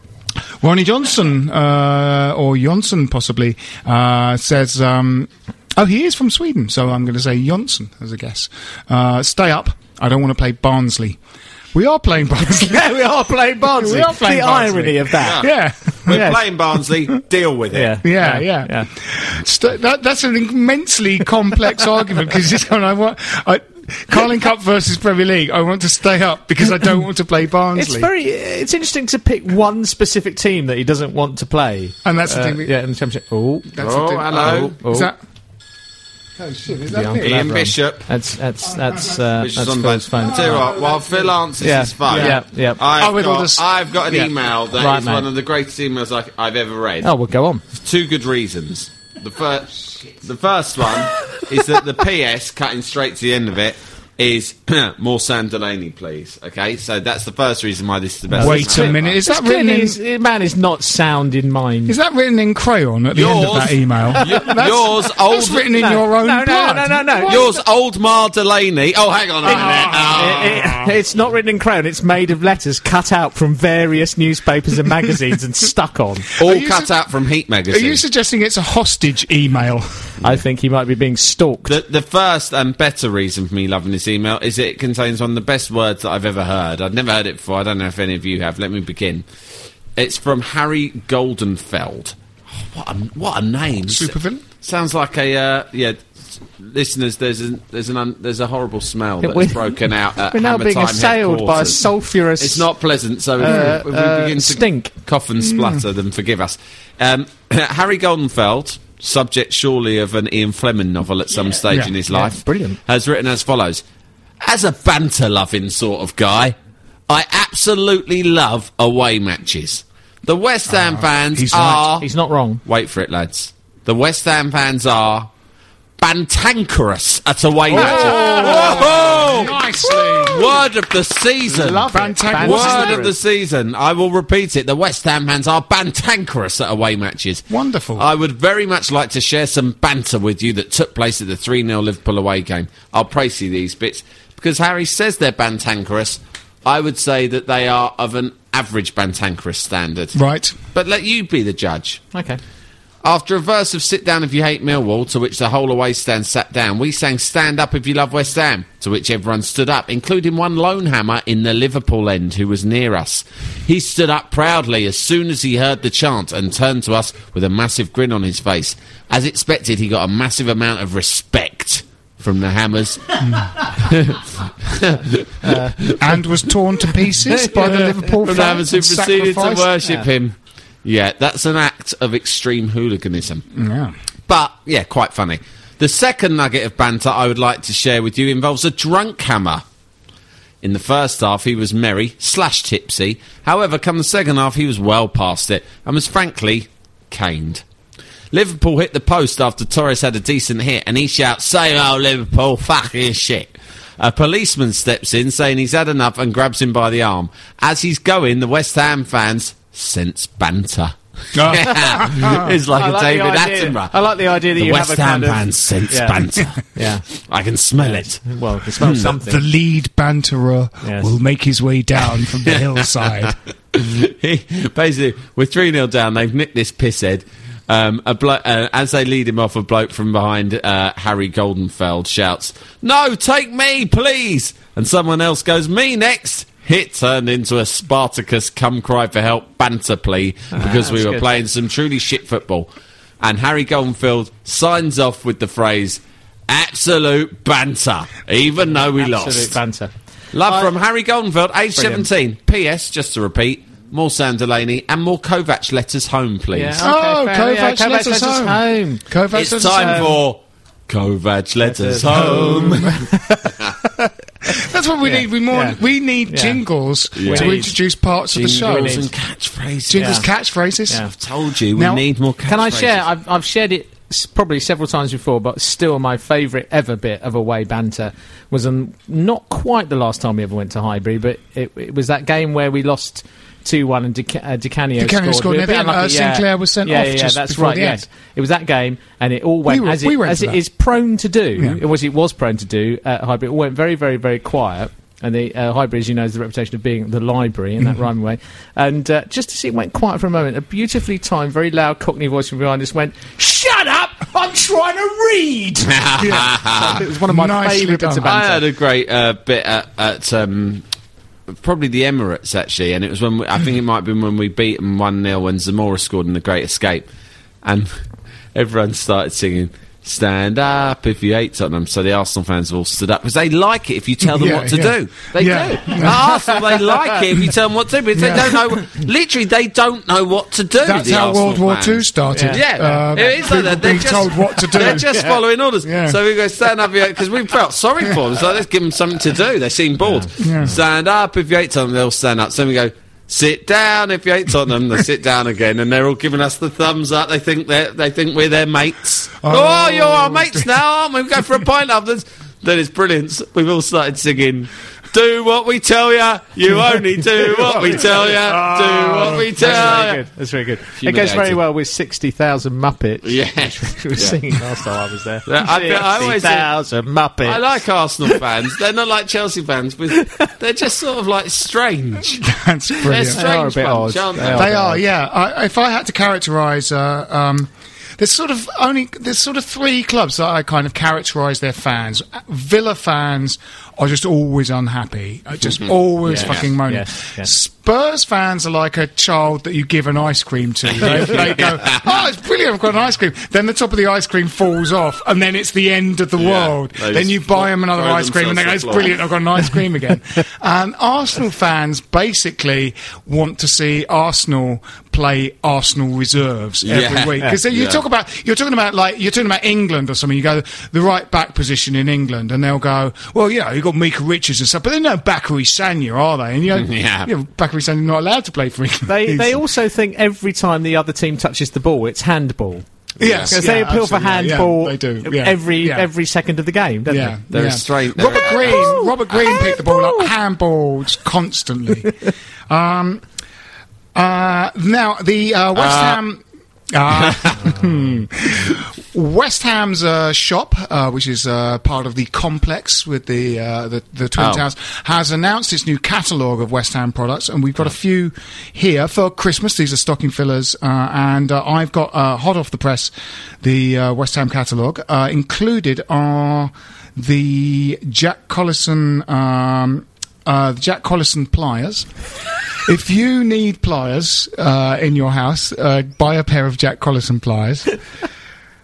C: Ronnie Johnson, uh, or Johnson possibly, uh, says, um, oh, he is from Sweden, so I'm going to say Johnson as a guess. Uh, stay up. I don't want to play Barnsley. We are playing Barnsley.
F: yeah, we are playing Barnsley.
C: we are playing
F: The
C: Barnsley.
F: irony of that.
C: Yeah.
E: We're
C: Yes.
E: playing Barnsley. Deal with it.
C: Yeah, yeah. St- that, that's an immensely complex argument because this one I want. I, Carling Cup versus Premier League. I want to stay up because I don't want to play Barnsley.
F: It's very. It's interesting to pick one specific team that he doesn't want to play, Uh,
C: And that's the thing that-
F: yeah, in the championship. Oh,
C: That's
E: Oh,
C: the thing.
E: hello.
F: Oh,
C: Is
F: oh.
C: that? Oh shit! Is that
F: Yeah, I'm
C: it?
F: glad
E: Ian
F: we're on.
E: Bishop.
F: That's that's that's uh,
E: Which
F: that's
E: is on
F: Phil's phone.
E: Tell you what, while Phil answers
F: Yeah,
E: his phone,
F: yeah, yeah.
C: Oh,
E: I've,
C: with all
E: got,
C: this-
E: I've got an
F: Yeah.
E: email that is
F: Right, mate.
E: one of the greatest emails I, I've ever read.
F: Oh, well, go on.
E: For two good reasons. The first, the first one is that the PS, cutting straight to the end of it, is more Sam Delaney, please. Okay, so that's the first reason why this is the best.
C: Wait
E: email
C: a minute,
E: I've
C: is that
F: It's clearly
C: written in-
F: is- the man is not sound in mind.
C: Is that written in crayon at the end
E: Yours-
C: of that email?
E: Y-
C: That's-
E: yours, old-
C: That's written in
F: No,
C: your own
F: no, no,
C: blood.
F: no, no, no.
E: got.
C: What?
E: Yours, old Mar Delaney. Oh, hang on a minute. Ah.
F: It- it- it's not written in crayon. It's made of letters cut out from various newspapers and magazines and stuck on.
C: Are
E: all
C: you
E: cut
C: su-
E: out from Heat
C: Are
E: magazine.
C: you suggesting it's a hostage email?
F: I think he might be being stalked.
E: The, the first and better reason for me loving this email is it contains one of the best words that I've ever heard. I've never heard it before. I don't know if any of you have. Let me begin. It's from Harry Goldenfeld. Oh, what a what a name!
C: Supervillain?
E: Sounds like a uh, yeah. s- Listeners, there's an there's an un, there's a horrible smell
F: Yeah,
E: that's
F: we're-
E: broken out. At
F: we're now
E: Hammer
F: being
E: Time
F: assailed by a
E: headquarters.
F: sulphurous.
E: It's not pleasant, so if,
F: Uh,
E: if we
F: uh,
E: begin to
F: stink.
E: cough and splutter, then forgive us. Um, Harry Goldenfeld, subject surely of an Ian Fleming novel at some stage
C: Yeah,
E: in his
C: yeah,
E: life,
F: brilliant.
E: has written as follows As a banter loving sort of guy, I absolutely love away matches. The West Ham fans
C: he's right.
E: are.
F: He's not wrong.
E: Wait for it, lads. The West Ham fans are. Bantankerous at away matches. Whoa!
C: Nicely.
E: Word of the season.
F: Love it.
C: Bantan-
F: What's his
E: Word
F: name?
E: of the season. I will repeat it. The West Ham fans are bantankerous at away matches.
C: Wonderful.
E: I would very much like to share some banter with you that took place at the 3 0 Liverpool away game. I'll praise you these bits because Harry says they're bantankerous. I would say that they are of an average bantankerous standard.
C: Right.
E: But let you be the judge.
F: Okay.
E: After a verse of Sit Down If You Hate Millwall, to which the whole away stand sat down, we sang Stand Up If You Love West Ham, to which everyone stood up, including one lone hammer in the Liverpool end who was near us. He stood up proudly as soon as he heard the chant and turned to us with a massive grin on his face. As expected, he got a massive amount of respect from the Hammers.
C: and was torn to pieces by the Liverpool
E: from
C: fans.
E: the Hammers who
C: and
E: proceeded to
C: sacrificed.
E: worship
C: Yeah.
E: him. Yeah, that's an act of extreme hooliganism.
C: Yeah.
E: But yeah, quite funny. The second nugget of banter I would like to share with you involves a drunk hammer. In the first half, he was merry slash tipsy. However, come the second half, he was well past it and was frankly caned. Liverpool hit the post after Torres had a decent hit, and he shouts, "Same old Liverpool, fucking shit." A policeman steps in, saying he's had enough, and grabs him by the arm. As he's going, the West Ham fans sense banter. it's like
D: I
E: a
D: like the
E: David
D: idea-
E: Attenborough.
D: I like the idea that
E: the
D: you
E: West
D: have a
E: Ham
D: kind of-
E: fans sense
D: Yeah.
E: banter.
D: Yeah.
E: I can smell it.
F: Well, they
C: Hmm. The lead banterer will make his way down from the hillside.
E: He- basically, we're 3 0 down. They've nicked this pisshead. Um, a blo- uh, as they lead him off, a bloke from behind uh, Harry Goldenfeld shouts, No, take me, please! And someone else goes, Me next! It turned into a Spartacus come cry for help banter plea because we
D: Ah, that's
E: were
D: good.
E: playing some truly shit football. And Harry Goldenfield signs off with the phrase, Absolute banter, even though we
F: Absolute
E: lost.
F: banter.
E: Love from Harry Goldenfeld, age
F: Brilliant.
E: 17. P.S. Just to repeat, more Sam Delaney and more Kovac letters home, please.
C: Oh,
F: fair.
C: Kovac
F: Yeah,
C: let us home. Kovac
E: it's
C: let us
E: time
C: home.
E: for Kovac letters
C: Letters
E: home.
C: That's what we
E: Yeah.
C: need. We more
E: Yeah.
C: we need
E: Yeah.
C: jingles
E: Yeah.
C: to
E: We need
C: introduce parts of the show.
E: jingles and catchphrases.
C: Jingles,
F: Yeah.
C: catchphrases.
F: Yeah.
E: I've told you we
F: Now-
E: need more.
F: Can I
E: catchphrases.
F: share? I've, I've shared it s- probably several times before, but still my favourite ever bit of away banter was um, not quite the last time we ever went to Highbury, but it, it was that game where we lost. 2 1 and Deca- uh, DiCanio,
C: DiCanio scored,
F: We were a
C: maybe,
F: bit
C: and, uh,
F: unlucky, yeah.
C: Sinclair was sent
F: yeah,
C: off
F: Yeah, yeah,
C: just
F: that's
C: before
F: right,
C: the
F: yes.
C: end.
F: It was that game, and it all went
C: We were-
F: as,
C: we
F: it,
C: went
F: as
C: for
F: it
C: that.
F: is prone to do,
C: Yeah.
F: it was it was prone to do at Highbury. It all went very, very, very quiet. And the uh, Highbury, as you know, has the reputation of being the library in that
C: Mhm.
E: Mm-hmm.
F: rhyming way. And uh, just as it went quiet for a moment, a beautifully timed, very loud Cockney voice from behind us went, "Shut up! I'm trying to read." Yeah. So it was one of my
C: Nicely
F: favourite bits
C: done.
F: of
E: I
F: banter.
E: had a great uh, bit at, at um, probably the Emirates actually, and it was when we, I think it might have been when we beat them one 0 when Zamora scored in the Great Escape, and everyone started singing. Stand up if you hate Tottenham. So the Arsenal fans have all stood up because they like it if you tell them
D: Yeah,
E: what to
D: yeah.
E: do. They
D: Yeah.
E: do. At Arsenal, they like it if you tell them what to do because
D: Yeah.
E: they don't know. Literally, they don't know what to do.
C: That's
E: the
C: how
E: Arsenal
C: World War
E: fans.
C: Two started.
E: Yeah,
C: Um,
E: it is like that.
C: people
E: They're
C: being
E: just,
C: told what to do.
E: They're just
C: Yeah.
E: following orders.
C: Yeah.
E: So we go stand up because we felt sorry for them. So let's give them something to do. They seem bored.
D: Yeah.
E: Stand up if you hate Tottenham. They'll stand up. So we go. Sit down if you hate Tottenham. They sit down again, and they're all giving us the thumbs up. They think they they think we're their mates. Oh,
D: Oh.
E: you're our mates now, aren't we? We go for a pint after this. Then it's brilliant. We've all started singing. Do what we tell ya. You only do what we tell ya. Do what we
F: That's
E: tell
F: very
E: ya.
F: good. That's very good. It goes very
E: Fumigated.
F: well with 60,000 Muppets.
E: Yeah.
F: Which we were
E: Yeah.
F: singing last time I was there.
E: Yeah, I feel- I always-
F: 60,000 Muppets.
E: I like Arsenal fans. They're not like Chelsea fans, but they're just sort of like strange.
C: That's
E: They're
C: brilliant.
E: strange bunch, aren't they?
C: They are, yeah. I, if I had to characterise, uh, um, there's sort of only there's sort of three clubs that I kind of characterise their fans. Villa fans are just always unhappy, uh, just
D: Mhm.
C: always
D: Yes.
C: fucking
D: Yes.
C: moaning.
D: Yes. Yes.
C: Spurs fans are like a child that you give an ice cream to. They, they go, "Oh, it's brilliant! I've got an ice cream." Then the top of the ice cream falls off, and then it's the end of the
D: Yeah.
C: world.
D: They
C: then
D: just
C: you buy them another
D: throw
C: ice cream, and they go,
D: themselves
C: "It's
D: to the floor."
C: brilliant! I've got an ice cream again." And Arsenal fans basically want to see Arsenal play Arsenal reserves
D: Yeah.
C: every week because you
D: Yeah.
C: talk about you're talking about like you're talking about England or something. You go the right back position in England, and they'll go, "Well, you know, you have got Mika Richards and stuff," but they're no Bakary Sanya, are they? And you know,
F: Yeah.
C: you know Bakary Sanya's not allowed to play for England.
F: They, they also think every time the other team touches the ball, it's handball.
C: Yes,
F: because they
C: yeah,
F: appeal for
C: absolutely, yeah,
F: handball.
C: they do, yeah,
F: every
C: yeah.
F: every second of the game, don't
C: Yeah,
F: they?
C: yeah. Robert Green, Robert Green picked the ball up handballs constantly. um, uh, now the uh, West
D: Uh.
C: Ham. Uh, hmm. West Ham's uh, shop, uh, which is uh, part of the complex with the uh, the, the Twin
D: Oh.
C: Towers, has announced its new catalogue of West Ham products, and we've got a few here for Christmas. These are stocking fillers, uh, and uh, I've got uh, hot off the press the uh, West Ham catalogue. Uh, included are the Jack Collison. Um, uh, the Jack Collison pliers. if you need pliers uh, in your house, uh, buy a pair of Jack Collison pliers.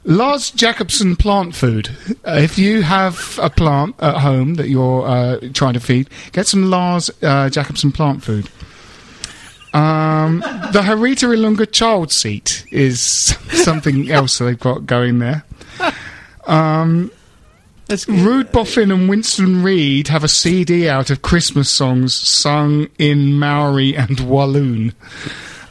C: Lars Jacobson plant food. Uh, If you have a plant at home that you're uh, trying to feed, get some Lars uh, Jacobson plant food. Um, the Harita Ilunga child seat is something else they've got going there. Um, Rude Boffin and Winston Reed have a CD out of Christmas songs sung in Maori and Walloon.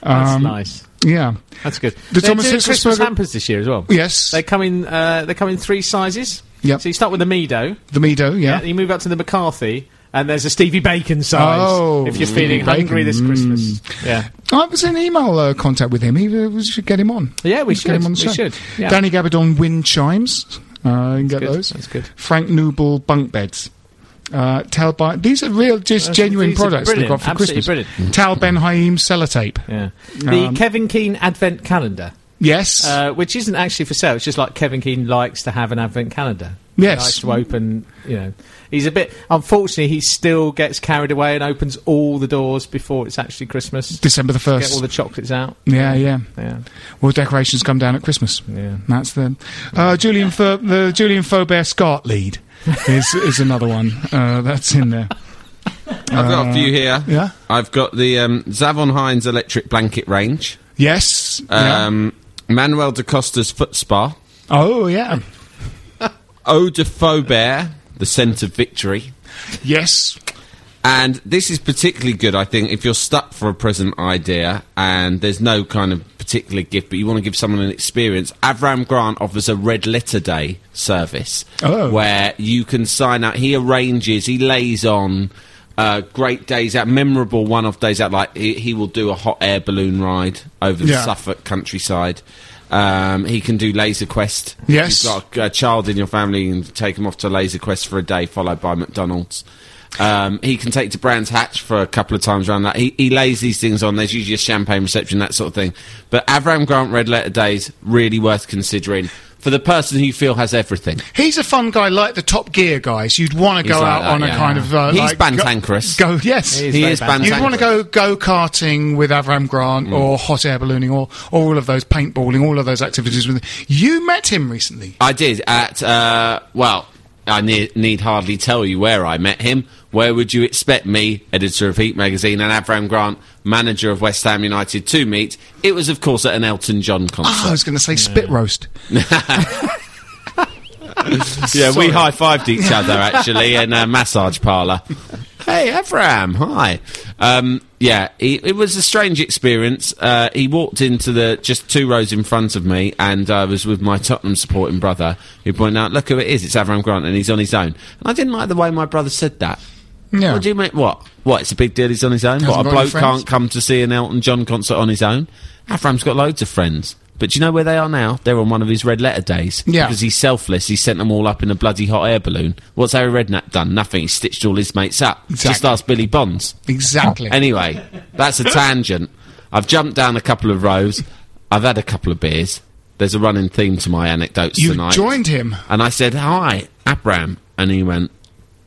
F: That's nice.
C: Yeah.
F: That's good.
C: Um, The
F: They're
C: Thomas
F: doing
C: Hitzlsperger-
F: Christmas hampers this year as well.
C: Yes.
F: They come in. Uh, they come in three sizes.
C: Yep.
F: So you start with the Mido.
C: The Mido, yeah.
F: you move up to the McCarthy, and there's a Stevie Bacon size.
C: Oh,
F: if you're feeling
C: Stevie
F: hungry
C: Bacon, Mm.
F: this Christmas. Yeah.
C: I was in email uh, contact with him. He, uh, we should get him on.
F: Yeah, we
C: Let's Get
F: should.
C: him on the
F: We
C: show.
F: should. Yeah.
C: Danny Gabardon wind chimes. Uh, you can get those.
F: That's good.
C: Frank Newball bunk beds. Uh, Tal by these are real, just
F: Those-
C: genuine
F: Uh, these are
C: products they got
F: brilliant,
C: for
F: absolutely
C: Christmas.
F: brilliant.
C: Tal Ben Haim sellotape.
F: Yeah. The
C: Um,
F: Kevin Keane Advent Calendar.
C: Yes.
F: Uh, which isn't actually for sale. It's just like Kevin Keane likes to have an Advent calendar.
C: Yes.
F: He likes to open, you know. He's a bit. Unfortunately, he still gets carried away and opens all the doors before it's actually Christmas.
C: December the
F: Get
C: 1st.
F: all the chocolates out.
C: Yeah, yeah,
F: yeah.
C: Well, decorations come down at Christmas. Yeah, that's them. Uh, Julian, Fo- the Julian Faubert Scott lead is is another one uh, that's in there.
E: I've got
C: Uh,
E: a few here.
C: yeah.
E: I've got the um, Zavon Hines electric blanket range.
C: Yes. yeah.
E: Um, Manuel da Costa's foot spa.
C: Oh yeah.
E: Eau de Faubert, the scent of victory.
C: Yes.
E: And this is particularly good, I think, if you're stuck for a present idea and there's no kind of particular gift, but you want to give someone an experience. Avram Grant offers a red letter day service
C: Oh.
E: where you can sign up. He arranges, he lays on uh, great days out, memorable one off days out. Like he, he will do a hot air balloon ride over the
C: Yeah.
E: Suffolk countryside. Um, he can do Laser Quest.
C: Yes.
E: You've got a, a child in your family and take them off to Laser Quest for a day, followed by McDonald's. Um, he can take to Brands Hatch for a couple of times around that. He, he lays these things on. There's usually a champagne reception, that sort of thing. But Avram Grant Red Letter Days, really worth considering for the person who you feel has everything.
C: He's a fun guy, like the Top Gear guys. You'd want to
E: He's
C: go
E: like
C: out
E: that,
C: on a
E: yeah.
C: kind of uh,
E: He's
C: like
E: bantankerous.
C: Go, go yes,
E: He is He very is bantankerous. Mm.
C: You'd want to go go karting with Avram Grant or hot air ballooning or, or all of those paintballing, all of those activities. With you met him recently.
E: I did at uh, well. I ne- need hardly tell you where I met him. Where would you expect me, editor of Heat magazine, and Avram Grant, manager of West Ham United, to meet? It was, of course, at an Elton John concert.
C: Oh, I was going to say spit roast.
E: yeah,
C: Sorry.
E: we high fived each other actually in a massage parlour. Hey, Avram, hi. Um, yeah, he, it was a strange experience. Uh, he walked into the just two rows in front of me, and I was with my Tottenham supporting brother, who pointed out, "Look who it is! It's Avram Grant, and he's on his own." And I didn't like the way my brother said that.
C: Yeah.
E: What do you mean? What? What? It's a big deal. He's on his own.
C: Hasn't
E: What? A
C: got any
E: bloke
C: friends?
E: can't come to see an Elton John concert on his own. Avram's got loads of friends. But do you know where they are now? They're on one of his red letter days.
C: Yeah.
E: Because he's selfless. He sent them all up in a bloody hot air balloon. What's Harry Redknapp done? Nothing. He stitched all his mates up. Just
C: Exactly.
E: ask Billy Bonds.
C: Exactly.
E: Anyway, that's a tangent. I've jumped down a couple of rows. I've had a couple of beers. There's a running theme to my anecdotes
C: you
E: tonight.
C: joined him.
E: And I said, Hi, Abram. And he went,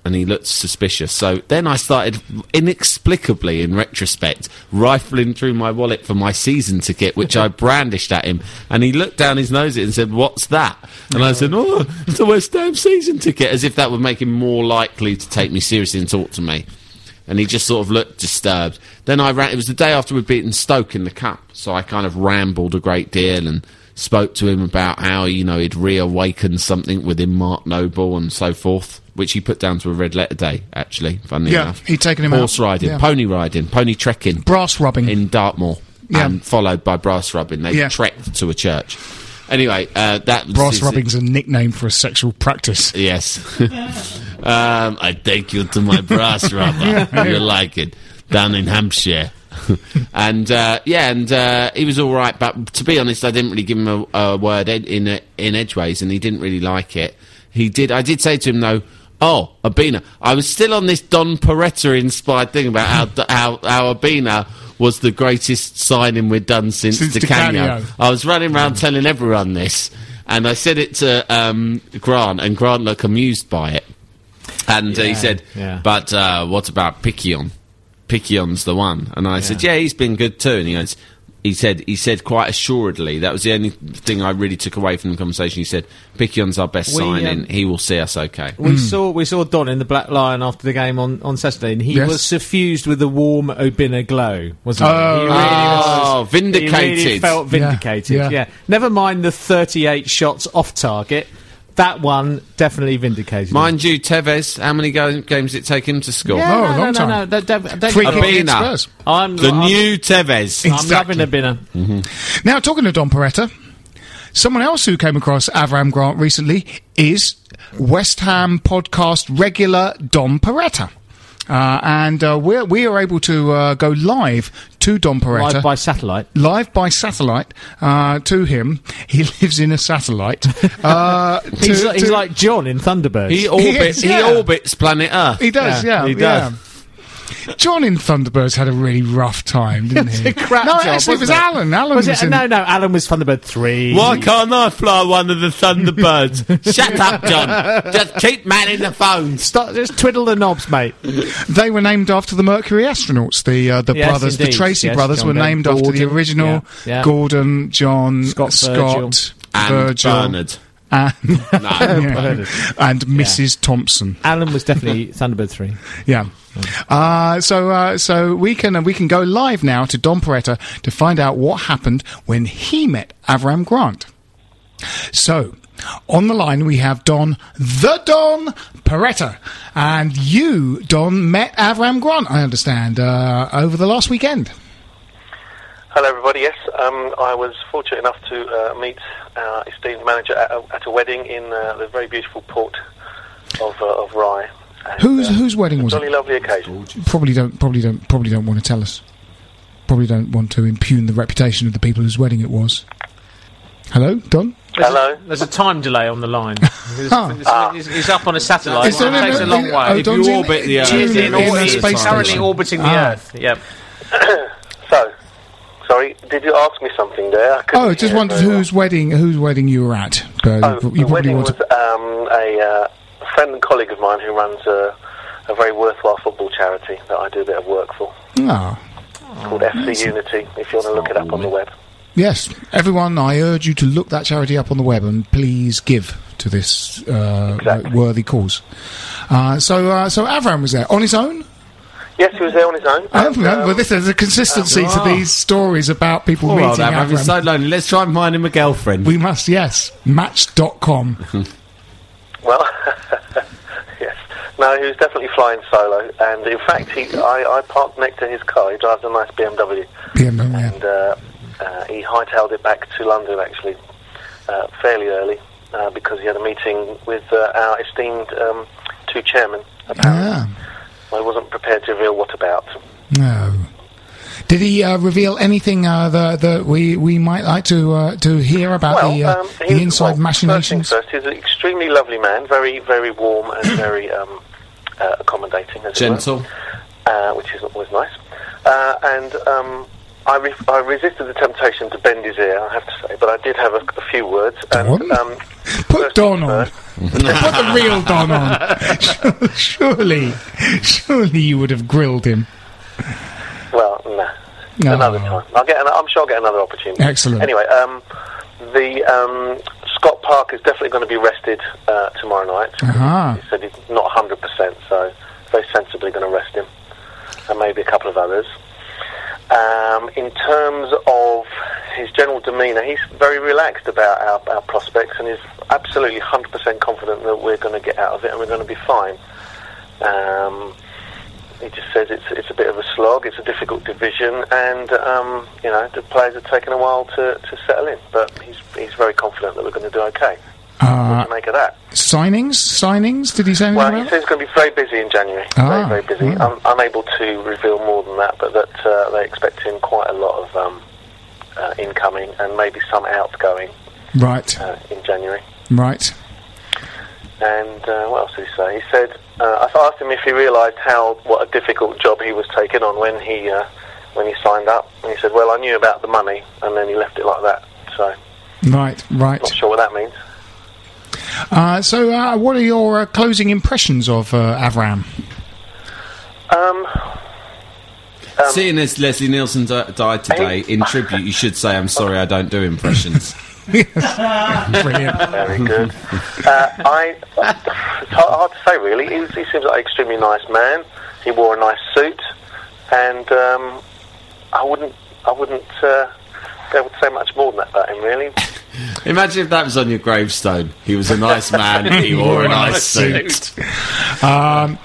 E: and he looked suspicious. So then I started inexplicably, in retrospect, rifling through my wallet for my season ticket, which I brandished at him. And he looked down his nose at it and said, What's that? And I said, Oh, it's a West Ham season ticket, as if that would make him more likely to take me seriously and talk to me. And he just sort of looked disturbed. Then I ran. It was the day after we'd beaten Stoke in the cup, so I kind of rambled a great deal and spoke to him about how you know he'd reawakened something within Mark Noble and so forth, which he put down to a red letter day. Actually, funny
C: Yeah,
E: enough,
C: he'd taken him out.
E: horse riding,
C: Yeah.
E: pony riding, pony trekking,
C: brass rubbing
E: in Dartmoor,
C: Yeah.
E: and followed by brass rubbing. They
C: Yeah.
E: trekked to a church. Anyway, uh, that
C: Brass
E: is-
C: rubbing's a nickname for a sexual practice.
E: Yes. um, I take you to my brass rubber. You'll like it. Down in Hampshire. and uh, yeah, and uh, he was all right, but to be honest, I didn't really give him a, a word ed- in in edgeways, and he didn't really like it. He did. I did say to him though, "Oh, Abina, I was still on this Don Peretta inspired thing about how how, how Abina was the greatest signing we've done since,
C: Since
E: since
C: Di Canio.
E: I was running
F: Mm.
E: around telling everyone this, and I said it to um, Grant, and Grant looked amused by it. And uh, he
F: Yeah,
E: said,
F: yeah.
E: "But uh, what about Piccion? Piccion's the one." And I said, "Yeah, he's been good too." And he goes, he said he said quite assuredly that was the only thing I really took away from the conversation. He said Pickyon's our best
F: We,
E: signing.
F: um,
E: he will see us okay.
F: We saw we saw Don in the Black Lion after the game on, on Saturday, and he
E: Yes.
F: was suffused with a warm Obina glow, wasn't
E: Oh,
F: he? he was-
E: Oh,
F: he really
E: vindicated.
F: felt
E: Yeah,
F: vindicated.
E: yeah.
F: Yeah. Never mind the thirty-eight shots off target. That one definitely vindicated. him.
E: Mind you, Tevez, how many go- games did it take him to score?
F: Yeah, no, no, no, no, don't- don't- don't
C: Free
F: get
C: kick
F: me
C: against
F: wrong.
C: Spurs.
F: I'm
E: the
F: I'm-
E: new Tevez.
F: I'm loving a binner.
C: Now, talking to Don Peretta, someone else who came across Avram Grant recently is West Ham podcast regular Don Peretta. Uh, and uh, we're, we are able to uh, go live to Don Peretta.
F: Live by satellite.
C: Live by satellite uh, to him. He lives in a satellite. Uh, to-
F: He's, like- he's
C: to-
F: like John in Thunderbirds.
E: He orbits.
C: He is, yeah.
E: He orbits planet Earth.
C: He does, yeah.
E: he does.
C: yeah. John in Thunderbirds had a really rough time, didn't he?
F: a crap
C: no,
F: job,
C: actually, it was
F: wasn't it?
C: Alan. Alan
F: Was
C: was,
F: it-
C: in
F: no, no, Alan was Thunderbird three.
E: Why can't I fly one of the Thunderbirds? Shut up, John. Just keep manning the phones.
F: Stop, just twiddle the knobs, mate.
C: They were named after the Mercury astronauts. The uh, the
F: Yes,
C: brothers, the
F: indeed.
C: Tracy
F: Yes,
C: brothers,
F: John
C: were
F: Gordon,
C: named after the
F: Gordon,
C: original
F: yeah, yeah.
C: Gordon, John, Scott,
F: Virgil.
E: And
C: Virgil,
E: Bernard.
C: and, Yeah.
F: Bernard.
C: and Mrs. Thompson.
F: Alan was definitely Thunderbird three.
C: Yeah. Uh, so uh, so we can uh, we can go live now to Don Peretta to find out what happened when he met Avram Grant. So on the line we have Don the Don Peretta, and you Don met Avram Grant. I understand uh, over the last weekend.
G: Hello, everybody. Yes, um, I was fortunate enough to uh, meet our esteemed manager at a, at a wedding in uh, the very beautiful port of, uh, of Rye.
C: Whose whose wedding was
G: Jolly
C: it?
G: lovely occasion.
C: Probably don't probably don't probably don't want to tell us. Probably don't want to impugn the reputation of the people whose wedding it was. Hello, Don.
G: Hello.
D: There's a time delay on the line. It's,
C: Ah.
D: it's- it's- it's up on a satellite.
C: Is there
D: it takes
C: an-
D: a long
C: oh,
D: way.
C: If you Don's in- orbit the Earth,
D: It is
C: in-
D: in
C: in
D: orbit-
C: a
D: it's
C: space
D: currently
C: station.
D: orbiting the
C: Ah.
D: Earth. Yep.
G: so, sorry, did you ask me something there? I couldn't
C: Oh, just
G: hear
C: wondered
G: very well.
C: whose wedding whose wedding you were at. Uh, you pro- you
G: The
C: probably
G: wedding
C: want
G: was
C: to.
G: um, a uh, friend and colleague of mine who runs a, a very worthwhile football charity that I do a bit of work for
C: Ah,
G: called FC Unity, if you want to look it up on the web.
C: yes, everyone, I urge you to look that charity up on the web and please give to this uh, worthy cause. Uh, so, uh, so Avram was there on his own.
G: Yes, he was there on his own.
C: I don't know, but this is a consistency
E: um,
C: to these stories about people
E: Poor
C: meeting
E: old Avram,
C: Avram.
E: he's so lonely. Let's try and find him a girlfriend.
C: Um, we must, yes, Match.com.
G: Well, yes. No, he was definitely flying solo, and in fact, he, I, I parked next to his car. He drives a nice BMW,
C: BMW, yeah.
G: and uh, uh, he hightailed it back to London actually uh, fairly early uh, because he had a meeting with uh, our esteemed um, two chairmen.
C: Ah,
G: I wasn't prepared to reveal what about.
C: no. Did he uh, reveal anything uh, that, that we, we might like to uh, to hear about
G: well,
C: the, uh,
G: um, he
C: the
G: was-
C: inside
G: well,
C: machinations?
G: First things first, he's an extremely lovely man, very, very warm and very um, uh, accommodating. As it were.
E: Gentle.
G: uh, which is always nice. Uh, and um, I, re- I resisted the temptation to bend his ear, I have to say, but I did have a, a few words. And, um,
C: Put Don on. Put the real Don on. Surely, surely you would have grilled him.
G: well, no.
C: No.
G: Another time. I'll get. An- I'm sure I'll get another opportunity.
C: Excellent.
G: Anyway, um, the um, Scott Park is definitely going to be rested uh, tomorrow night.
C: Uh-huh.
G: He said he's not 100, percent so very sensibly going to rest him, and maybe a couple of others. Um, in terms of his general demeanour, he's very relaxed about our, our prospects and is absolutely 100% confident that we're going to get out of it and we're going to be fine. Um, he just says it's it's a bit of a slog, it's a difficult division, and um, you know the players have taken a while to, to settle in, but he's he's very confident that we're going to do okay.
C: Uh,
G: What do you make of that?
C: signings, signings. Did he say anything
G: Well, he
C: about?
G: says he's going to be very busy in January.
C: Ah,
G: very, very busy.
C: wow.
G: I'm unable to reveal more than that, but that uh, they expect him quite a lot of um, uh, incoming and maybe some outgoing
C: it? Right,
G: uh, in January.
C: right.
G: And uh, what else did he say? He said uh, I asked him if he realised how what a difficult job he was taking on when he uh, when he signed up, and he said, "Well, I knew about the money," and then he left it like that. So,
C: Right, right.
G: not sure what that means.
C: Uh, so, uh, what are your uh, closing impressions of uh, Avram?
G: Um,
E: Seeing as Leslie Nielsen di- died today, in tribute, you should say, I'm sorry I don't do impressions.
C: Brilliant.
G: Very good. Uh, I, it's hard, hard to say, really. He, he seems like an extremely nice man. He wore a nice suit, and um, I wouldn't, I wouldn't uh, be able to say much more than that about him, really.
E: Imagine if that was on your gravestone. He was a nice man, he wore a nice suit.
C: Um,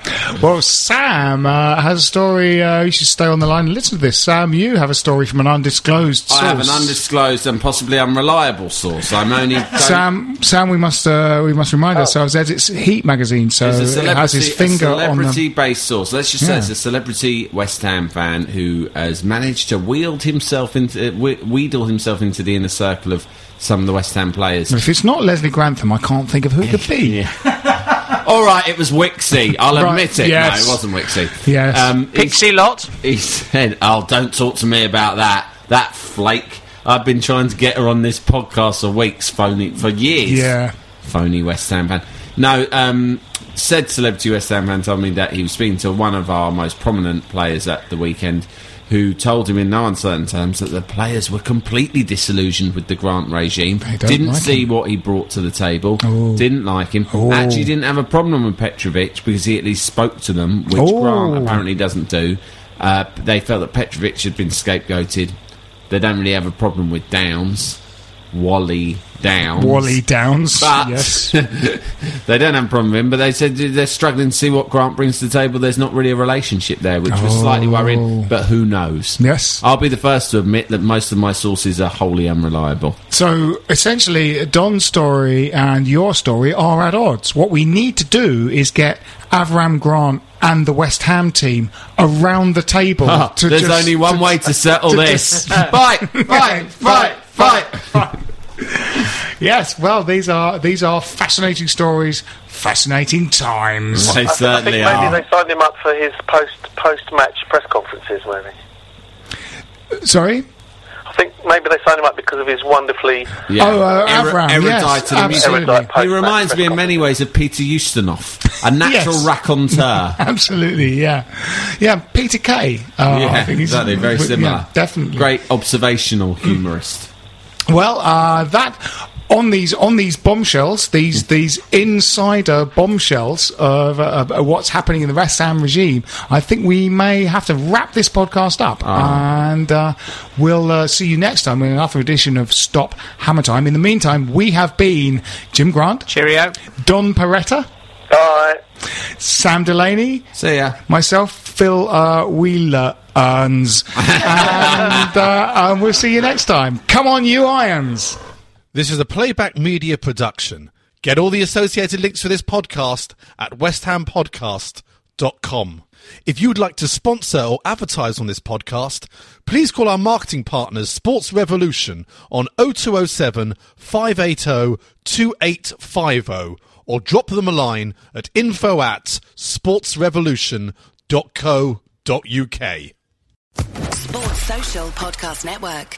C: well, Sam uh, has a story. Uh, you should stay on the line and listen to this. Sam, you have a story from an undisclosed source.
E: I have an undisclosed and possibly unreliable source. I'm only. don't-
C: Sam, Sam, we must uh, we must remind ourselves that it's Heat magazine, so
E: Oh. It's a
C: it
E: celebrity,
C: has his finger
E: a
C: on the.
E: celebrity based source. Let's just say
C: Yeah.
E: it's a celebrity West Ham fan who has managed to wield himself into, we- wheedle himself into the inner circle of some of the West Ham players.
C: If it's not Leslie Grantham, I can't think of who it could be.
E: All right, it was Wixie. I'll
C: Right,
E: admit it.
C: yes.
E: No, it wasn't Wixie. Um,
C: Yes.
E: Pixie Lot. He said, "Oh, don't talk to me about that. That flake. I've been trying to get her on this podcast for weeks, phony for years.
C: Yeah.
E: phony West Ham fan. No, um, said celebrity West Ham fan told me that he was speaking to one of our most prominent players at the weekend." Who told him in no uncertain terms that the players were completely disillusioned with the Grant regime?
C: don't
E: Didn't
C: like
E: see what he brought to the table. Didn't like him. Actually, didn't have a problem with Petrovic because he at least spoke to them, which
C: Oh.
E: Grant apparently doesn't do. Uh, they felt that Petrovic had been scapegoated. They don't really have a problem with Downs, Wally Downs.
C: Wally Downs.
E: But
C: yes.
E: they don't have a problem with him, but they said they're struggling to see what Grant brings to the table. There's not really a relationship there, which was slightly worrying, but who knows?
C: Oh. Yes.
E: I'll be the first to admit that most of my sources are wholly unreliable.
C: So essentially, Don's story and your story are at odds. What we need to do is get Avram Grant and the West Ham team around the table.
E: Ah,
C: to
E: there's
C: just-
E: only one way to settle
C: to
E: this.
C: just-
E: fight, fight, fight, fight.
C: Yes, well, these are these are fascinating stories, fascinating times.
E: They certainly
G: Maybe they signed him up for his post post match press conferences. Maybe
C: Sorry.
G: I think maybe they signed him up because of his wonderfully
E: Yeah.
C: Oh, uh,
E: Eru-
C: Avram,
E: erudite
C: yes,
E: to the music.
C: absolutely.
E: He reminds me in many ways of Peter Ustinov, a natural
C: Yes.
E: raconteur.
C: Absolutely, yeah, yeah. Peter Kay, uh, I
E: yeah,
C: think he's
E: exactly. Very
C: yeah,
E: similar.
C: definitely.
E: Great observational humorist.
C: Well, uh, that on these on these bombshells, these these insider bombshells of, uh, of what's happening in the West Ham regime, I think we may have to wrap this podcast up, and uh, we'll uh, see you next time in another edition of Stop Hammer Time. In the meantime, we have been Jim Grant,
D: Cheerio.
C: Don Peretta,
G: Alright.
C: Sam Delaney,
E: See ya.
C: myself, Phil uh, Wheeler. Irons. and uh, um, we'll see you next time. Come on, you irons.
H: This is a playback media production. Get all the associated links for this podcast at westhampodcast.com. If you would like to sponsor or advertise on this podcast, please call our marketing partners Sports Revolution on 0207 580 2850 oh, or drop them a line at info at sportsrevolution.co.uk.
I: Sports Social Podcast Network.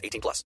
B: 18 plus.